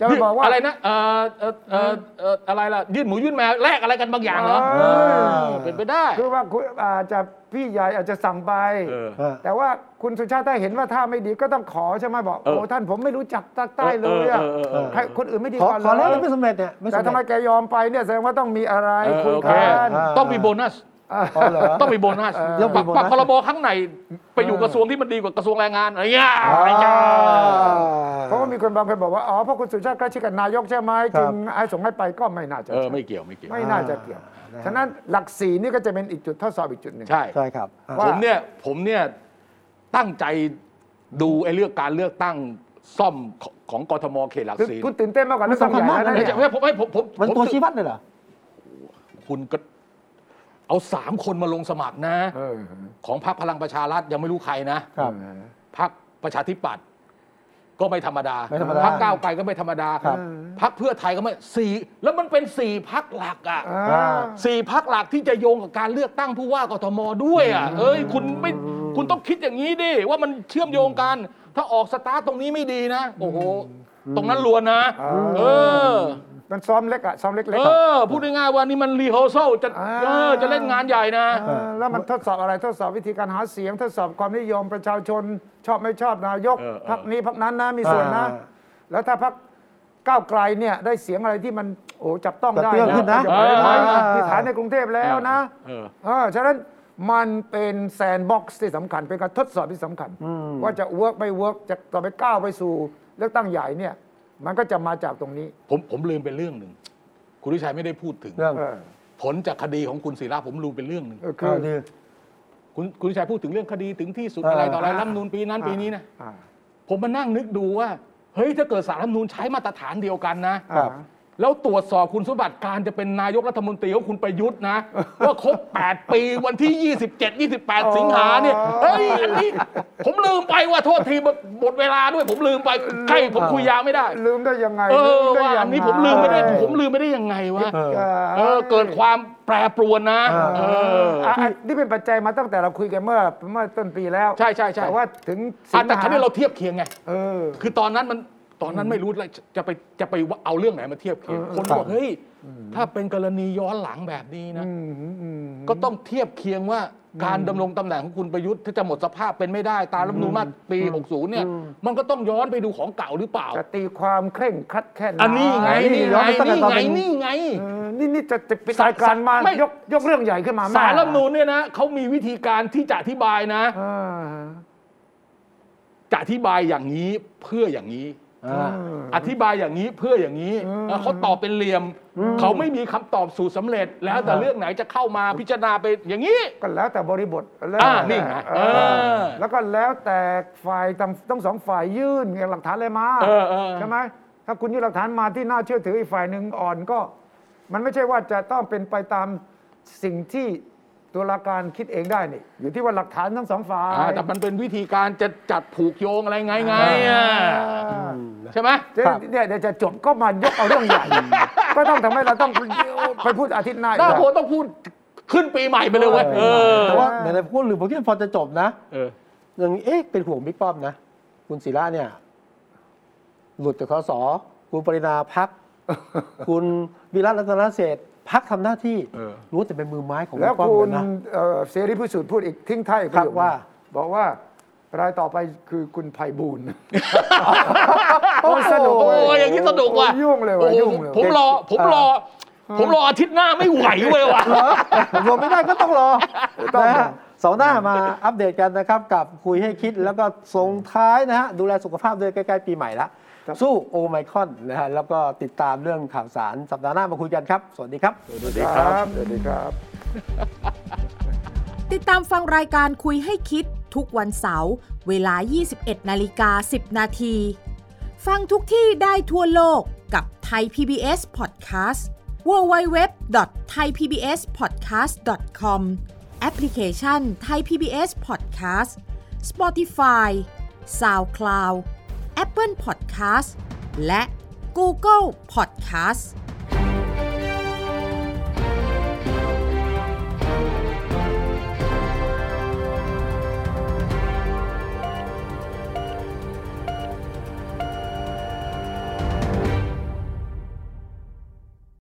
Speaker 2: จะไปบอกว่า
Speaker 3: อะไรนะเอ่อเอ่อเอ่อเอ่ออะไรล่ะยื่นหมูยื่นแมวแลกอะไรกันบางอย่างเหรอ
Speaker 2: เออ
Speaker 3: เออเป็นไปได้
Speaker 2: คือว่าคุณอาจจะพี่ใหญ่อาจจะสั่งไป
Speaker 3: เออ
Speaker 1: เออ
Speaker 2: แต่ว่าคุณสุชาติถ้าเห็นว่าท่าไม่ดีก็ต้องขอใช่ไหมบอก
Speaker 3: เออ
Speaker 2: โอ้ท่านผมไม่รู้จักภาคใต้เลยอะ
Speaker 3: เออเออเออ
Speaker 2: ให้คนอื่นไม่ดี
Speaker 1: ขอข
Speaker 2: ก่
Speaker 1: อ
Speaker 2: อน
Speaker 1: แล้ว
Speaker 2: เลย
Speaker 1: ไม่สำเร็จเนี่ยไม่
Speaker 2: แต่
Speaker 1: สำ
Speaker 2: ทำไม
Speaker 1: เร็จ
Speaker 2: แกยอมไปเนี่ยแสดงว่าต้องมีอะไร
Speaker 3: เออ
Speaker 2: คุย
Speaker 3: โอเค
Speaker 2: กัน
Speaker 1: อ่า
Speaker 3: ต้องมีโบนัส
Speaker 1: อ๋อเหรอ
Speaker 3: ต้องมีโบนัส
Speaker 1: ต้องมีโบนัส
Speaker 3: ปรับพรบข้างในไปอยู่กระทรวงที่มันดีกว่ากระทรวงแรงงานอะไรเงี้ยอะไรเงี้ย
Speaker 2: เพราะว่ามีคนบางคนบอกว่าอ๋อเพราะคุณสุชาติใกล้ชิดกับนายกใช่ไหม
Speaker 1: ครั
Speaker 2: จึ
Speaker 1: บ
Speaker 2: งไอ้ส่งให้ไปก็ไม่น่าจะ
Speaker 3: เออ
Speaker 2: ใช่
Speaker 3: ไม่เกี่ยวไม่เกี่ยว
Speaker 2: ไม่น่าจะเกี่ยว
Speaker 1: อ่า
Speaker 2: ฉะนั้นหลักสี่นี่ก็จะเป็นอีกจุดทดสอบอีกจุดหนึ่ง
Speaker 3: ใช่
Speaker 1: ใช่ครับอ่ะ
Speaker 2: ว่า
Speaker 3: ผมเนี่ยผมเนี่ยตั้งใจดูไอ้เรื่องการเลือกตั้งซ่อมของของกทมเขตหลัก
Speaker 2: คือ
Speaker 3: สี่
Speaker 2: คุณตื่นเต้นมากกว่านักสังคมใหญ่แล้วนะ
Speaker 3: ไม่
Speaker 2: เนี่ย
Speaker 3: ใช่ไม่ผมไม่ผมผม
Speaker 1: มัน
Speaker 3: ผม
Speaker 1: ตัวชี้วัดเลยเหรอ
Speaker 3: คุณก็เอาสามคนมาลงสมัครนะ
Speaker 2: เออ
Speaker 3: ของพรรคพลังประชารัฐยังไม่รู้ใครนะครับ พรรคประชาธิปัตย์ก็ไม่ธรรมดา
Speaker 1: ไม่ธรรมดา
Speaker 3: พรรคก้าวไกลก็ไม่ธรรมดา
Speaker 1: ครับ
Speaker 3: พรรคเพื่อไทยก็ไม่สี่แล้วมันเป็นสี่พรรคหลักอ่ะ
Speaker 2: อ่า
Speaker 3: สี่พักหลักที่จะโยงกับการเลือกตั้งผู้ว่ากทมด้วยอ่ะ เอ้ยคุณไม่คุณต้องคิดอย่างนี้ดิ ว่ามันเชื่อมโยงกัน ถ้าออกสตาร์ทตรงนี้ไม่ดีนะ โอ้โห ตรงนั้นลวนนะ เออ
Speaker 2: มันซ้อมเล็กอะซ้อมเล็กๆ
Speaker 3: เอ
Speaker 2: อะ
Speaker 3: อ พูดง่ายๆว่านี่มันรีเฮอร์เซลจะเออจะเล่นงานใหญ่นะ
Speaker 2: เออแล้วมันทดสอบอะไรทดสอบวิธีการหาเสียง ทดสอบความนิยมประชาชน ชอบไม่ชอบนายก
Speaker 3: เออเออ
Speaker 2: พรรคนี้พรรคนั้นนะมีส่วนนะ
Speaker 1: อ่า
Speaker 2: แล้วถ้าพรรคก้าวไกลเนี่ยได้เสียงอะไรที่มันโอ้จับต้อง
Speaker 1: กระ
Speaker 2: ได้
Speaker 1: เตื้องขึ้นนะ
Speaker 2: จปล่อยไว้นะ
Speaker 1: เออ
Speaker 2: ที่ฐานในกรุงเทพแล้วนะ
Speaker 3: เออ
Speaker 2: เออฉะนั้นมันเป็นแซนบ็อกซ์ที่สำคัญเป็นการทดสอบที่สำคัญ ว่าจะเวิร์กไม่เวิร์กจะต่อไปก้าวไปสู่เลือกตั้งใหญ่เนี่ย มันก็จะมาจากตรงนี้
Speaker 3: ผมผมลืมเป็นเรื่องหนึ่ง คุณวิชัยไม่ได้พูดถึง
Speaker 1: เรื่อง
Speaker 2: เออ
Speaker 3: ผลจากคดีของคุณศิระผมลืมเป็นเรื่องหนึ่ง
Speaker 2: เออคื
Speaker 1: ข่า
Speaker 2: อ
Speaker 1: วดี
Speaker 3: คุณคุณวิชัยพูดถึงเรื่องคดีถึงที่สุดอะไรต่ออะไรรัฐธรรมนูนปีนั้นปีนี้นะ
Speaker 2: อ่า
Speaker 3: ผมมานั่งนึกดูว่า เฮ้ยถ้าเกิดสารรัฐธรรมนูญใช้มาตรฐานเดียวกันนะ
Speaker 1: ครับ
Speaker 3: แล้วตรวจสอบคุณสมบัติการจะเป็นนายกรัฐมนตรีของคุณประยุทธ์นะ ว่าครบ 8 ปีวันที่ 27 28 สิงหาเนี่ยเฮ้ยอันนี้ผมลืมไปว่าโทษทีหมดเวลาด้วย ผมลืมไปใกล้ผมคุยยาวไม่ได้
Speaker 2: ลืมได้ยังไง
Speaker 3: เออ
Speaker 2: ลืมได้ยัง
Speaker 3: ว่า
Speaker 2: ไง
Speaker 3: อันนี้ผมลืมไม่ได้ ผมลืมไม่ได้ยังไงวะ
Speaker 1: เออ
Speaker 2: เออ
Speaker 3: เออเกิดความแปรปรวนนะ เออ
Speaker 2: อ่ะอ่ะนี่เป็นปัจจัยมาตั้งแต่เราคุยกันเมื่อเมื่อต้นปีแล้ว
Speaker 3: ใช่ใช่ใช่
Speaker 2: แต่ว่าถึง
Speaker 3: อ่ะแต่ครั้นี้เราเทียบเคียงไง
Speaker 2: เออ
Speaker 3: คือตอนนั้นมันตอนนั้นไม่รู้เลยจะไปจะไปเอาเรื่องไหนมาเทียบเคียงคนบอกเฮ้ยถ้าเป็นกรณีย้อนหลังแบบนี้นะ ก็ต้องเทียบเคียงว่าการดำรงตำแหน่งของคุณประยุทธ์ถ้าจะหมดสภาพเป็นไม่ได้ตามรัฐธรรมนูญมาตราปี 60 เนี่ย มันก็ต้องย้อนไปดูของเก่าหรือเปล่า
Speaker 2: จะตีความเคร่งครัดแค่ไหน
Speaker 3: อันนี้ไงนี่
Speaker 1: ย้
Speaker 3: ไง
Speaker 1: อนไปตั้งแต่
Speaker 3: นี่
Speaker 1: ตอน
Speaker 3: ไง
Speaker 1: เป็น
Speaker 3: นี่ไง
Speaker 2: เออนี่นี่จะจะเป็
Speaker 3: สาร
Speaker 2: นายการมา
Speaker 3: ไม่
Speaker 2: ยกยกเรื่องใหญ่ขึ้นมา
Speaker 3: สารรัฐธรรมนู
Speaker 2: น
Speaker 3: ญเนี่ยนะเขามีวิธีการที่จะอธิบายนะจะอธิบายอย่างนี้เพื่ออย่างนี้
Speaker 1: อ่า
Speaker 3: อธิบายอย่างนี้เพื่ออย่างนี้เออเขาตอบเป็นเหลี่ยม เขาไม่มีคำตอบสูตรสำเร็จ แล้วแต่เรื่องไหนจะเข้ามาพิจารณาไปอย่างนี้
Speaker 2: ก็แล้วแต่บริบทแล้ว
Speaker 3: อ่า
Speaker 2: แต่
Speaker 3: นี่ไง
Speaker 2: เออ
Speaker 3: เออ
Speaker 2: แล้วก็แล้วแต่ฝ่ายทั้งทั้งสองฝ่ายยื่นหลักฐานอะไรมา
Speaker 3: เออเออ
Speaker 2: ใช่ไหมถ้าคุณยื่นหลักฐานมาที่น่าเชื่อถืออีกฝ่ายหนึ่งอ่อนก็ มันไม่ใช่ว่าจะต้องเป็นไปตามสิ่งที่ตุลาการคิดเองได้นี่อยู่ที่ว่าหลักฐานทั้งสองฝ่าย
Speaker 3: อ่าแต่มันเป็นวิธีการจะจัดผูกโยงอะไรไงไงอ่ะ
Speaker 2: อ่า
Speaker 3: ใช่ไหม
Speaker 2: เดี๋ยวเนี่ยเดี๋ยวจะจบก็มายกเอาเรื่องใหญ่ ก็ต้องทำให้เราต้องไปพูดอาทิตย์หน้าอีก
Speaker 3: หน้าโพล
Speaker 2: แล้ว
Speaker 3: ต้องพูดขึ้นปีใหม่ไปเลยเว้ยเออ
Speaker 1: แต่ว่าในๆพูดหรือผมคิดว่าพอจะจบนะ
Speaker 3: เออ
Speaker 1: อย่างนี้เอ๊ะเป็นห่วงบิ๊กป้อมนะ คุณศิระเนี่ย หลุดจากสสคุณปรินาพั ก คุณวิรัตรัตนเศรษฐ์พักทำหน้าที่
Speaker 3: เออ
Speaker 1: รู้แต่เป็นมือไม้ของ
Speaker 2: แล้ว
Speaker 1: บิ๊กป้อม
Speaker 2: คุ
Speaker 1: เล
Speaker 2: ณ
Speaker 1: ยนะ
Speaker 2: เอ่อเสรีพิสุทธิ์พูดอีกทิ้งท้ายอีก
Speaker 1: ครับ
Speaker 2: ประโยนึง
Speaker 1: ว่า
Speaker 2: บอกว่ารายต่อไปคือคุณไพบูลย์ โอ้ยสนุก
Speaker 3: โอ้
Speaker 2: เว้
Speaker 3: ยอย่างนี้สนุกว่ะ
Speaker 2: โอ้ยยุ่งเลย
Speaker 3: โอ้
Speaker 2: ว่ะ
Speaker 3: โห
Speaker 2: ยุ่งเลย
Speaker 3: ผมรอผมรอ ผมรออาทิตย์หน้าไม่ไหวเว้ยว่ะ
Speaker 1: รวมไม่ได้ก็ต้องรอ
Speaker 2: ต้อง
Speaker 1: นะ
Speaker 2: รอ
Speaker 1: ฮะเสองหน้ามาอัปเดตกันนะครับ กับคุยให้คิดแล้วก็ส่งท้ายนะฮะ ดูแลสุขภาพด้วยใกล้ๆปีใหม่ละ สู้โอไมครอนนะฮะ แล้วก็ติดตามเรื่องข่าวสารสัปดาห์หน้ามาคุยกันครับ สวัสดีครับ
Speaker 2: สวัสดีครับสวัสดีครับ
Speaker 4: ติดตามฟังรายการคุยให้คิดทุกวันเสาร์เวลา 21 นาฬิกา 10 นาที ฟังทุกที่ได้ทั่วโลกกับไทย PBS Podcast www.thaipbspodcast.com แอปพลิเคชัน Thai PBS Podcast Spotify SoundCloud Apple Podcast และ Google Podcast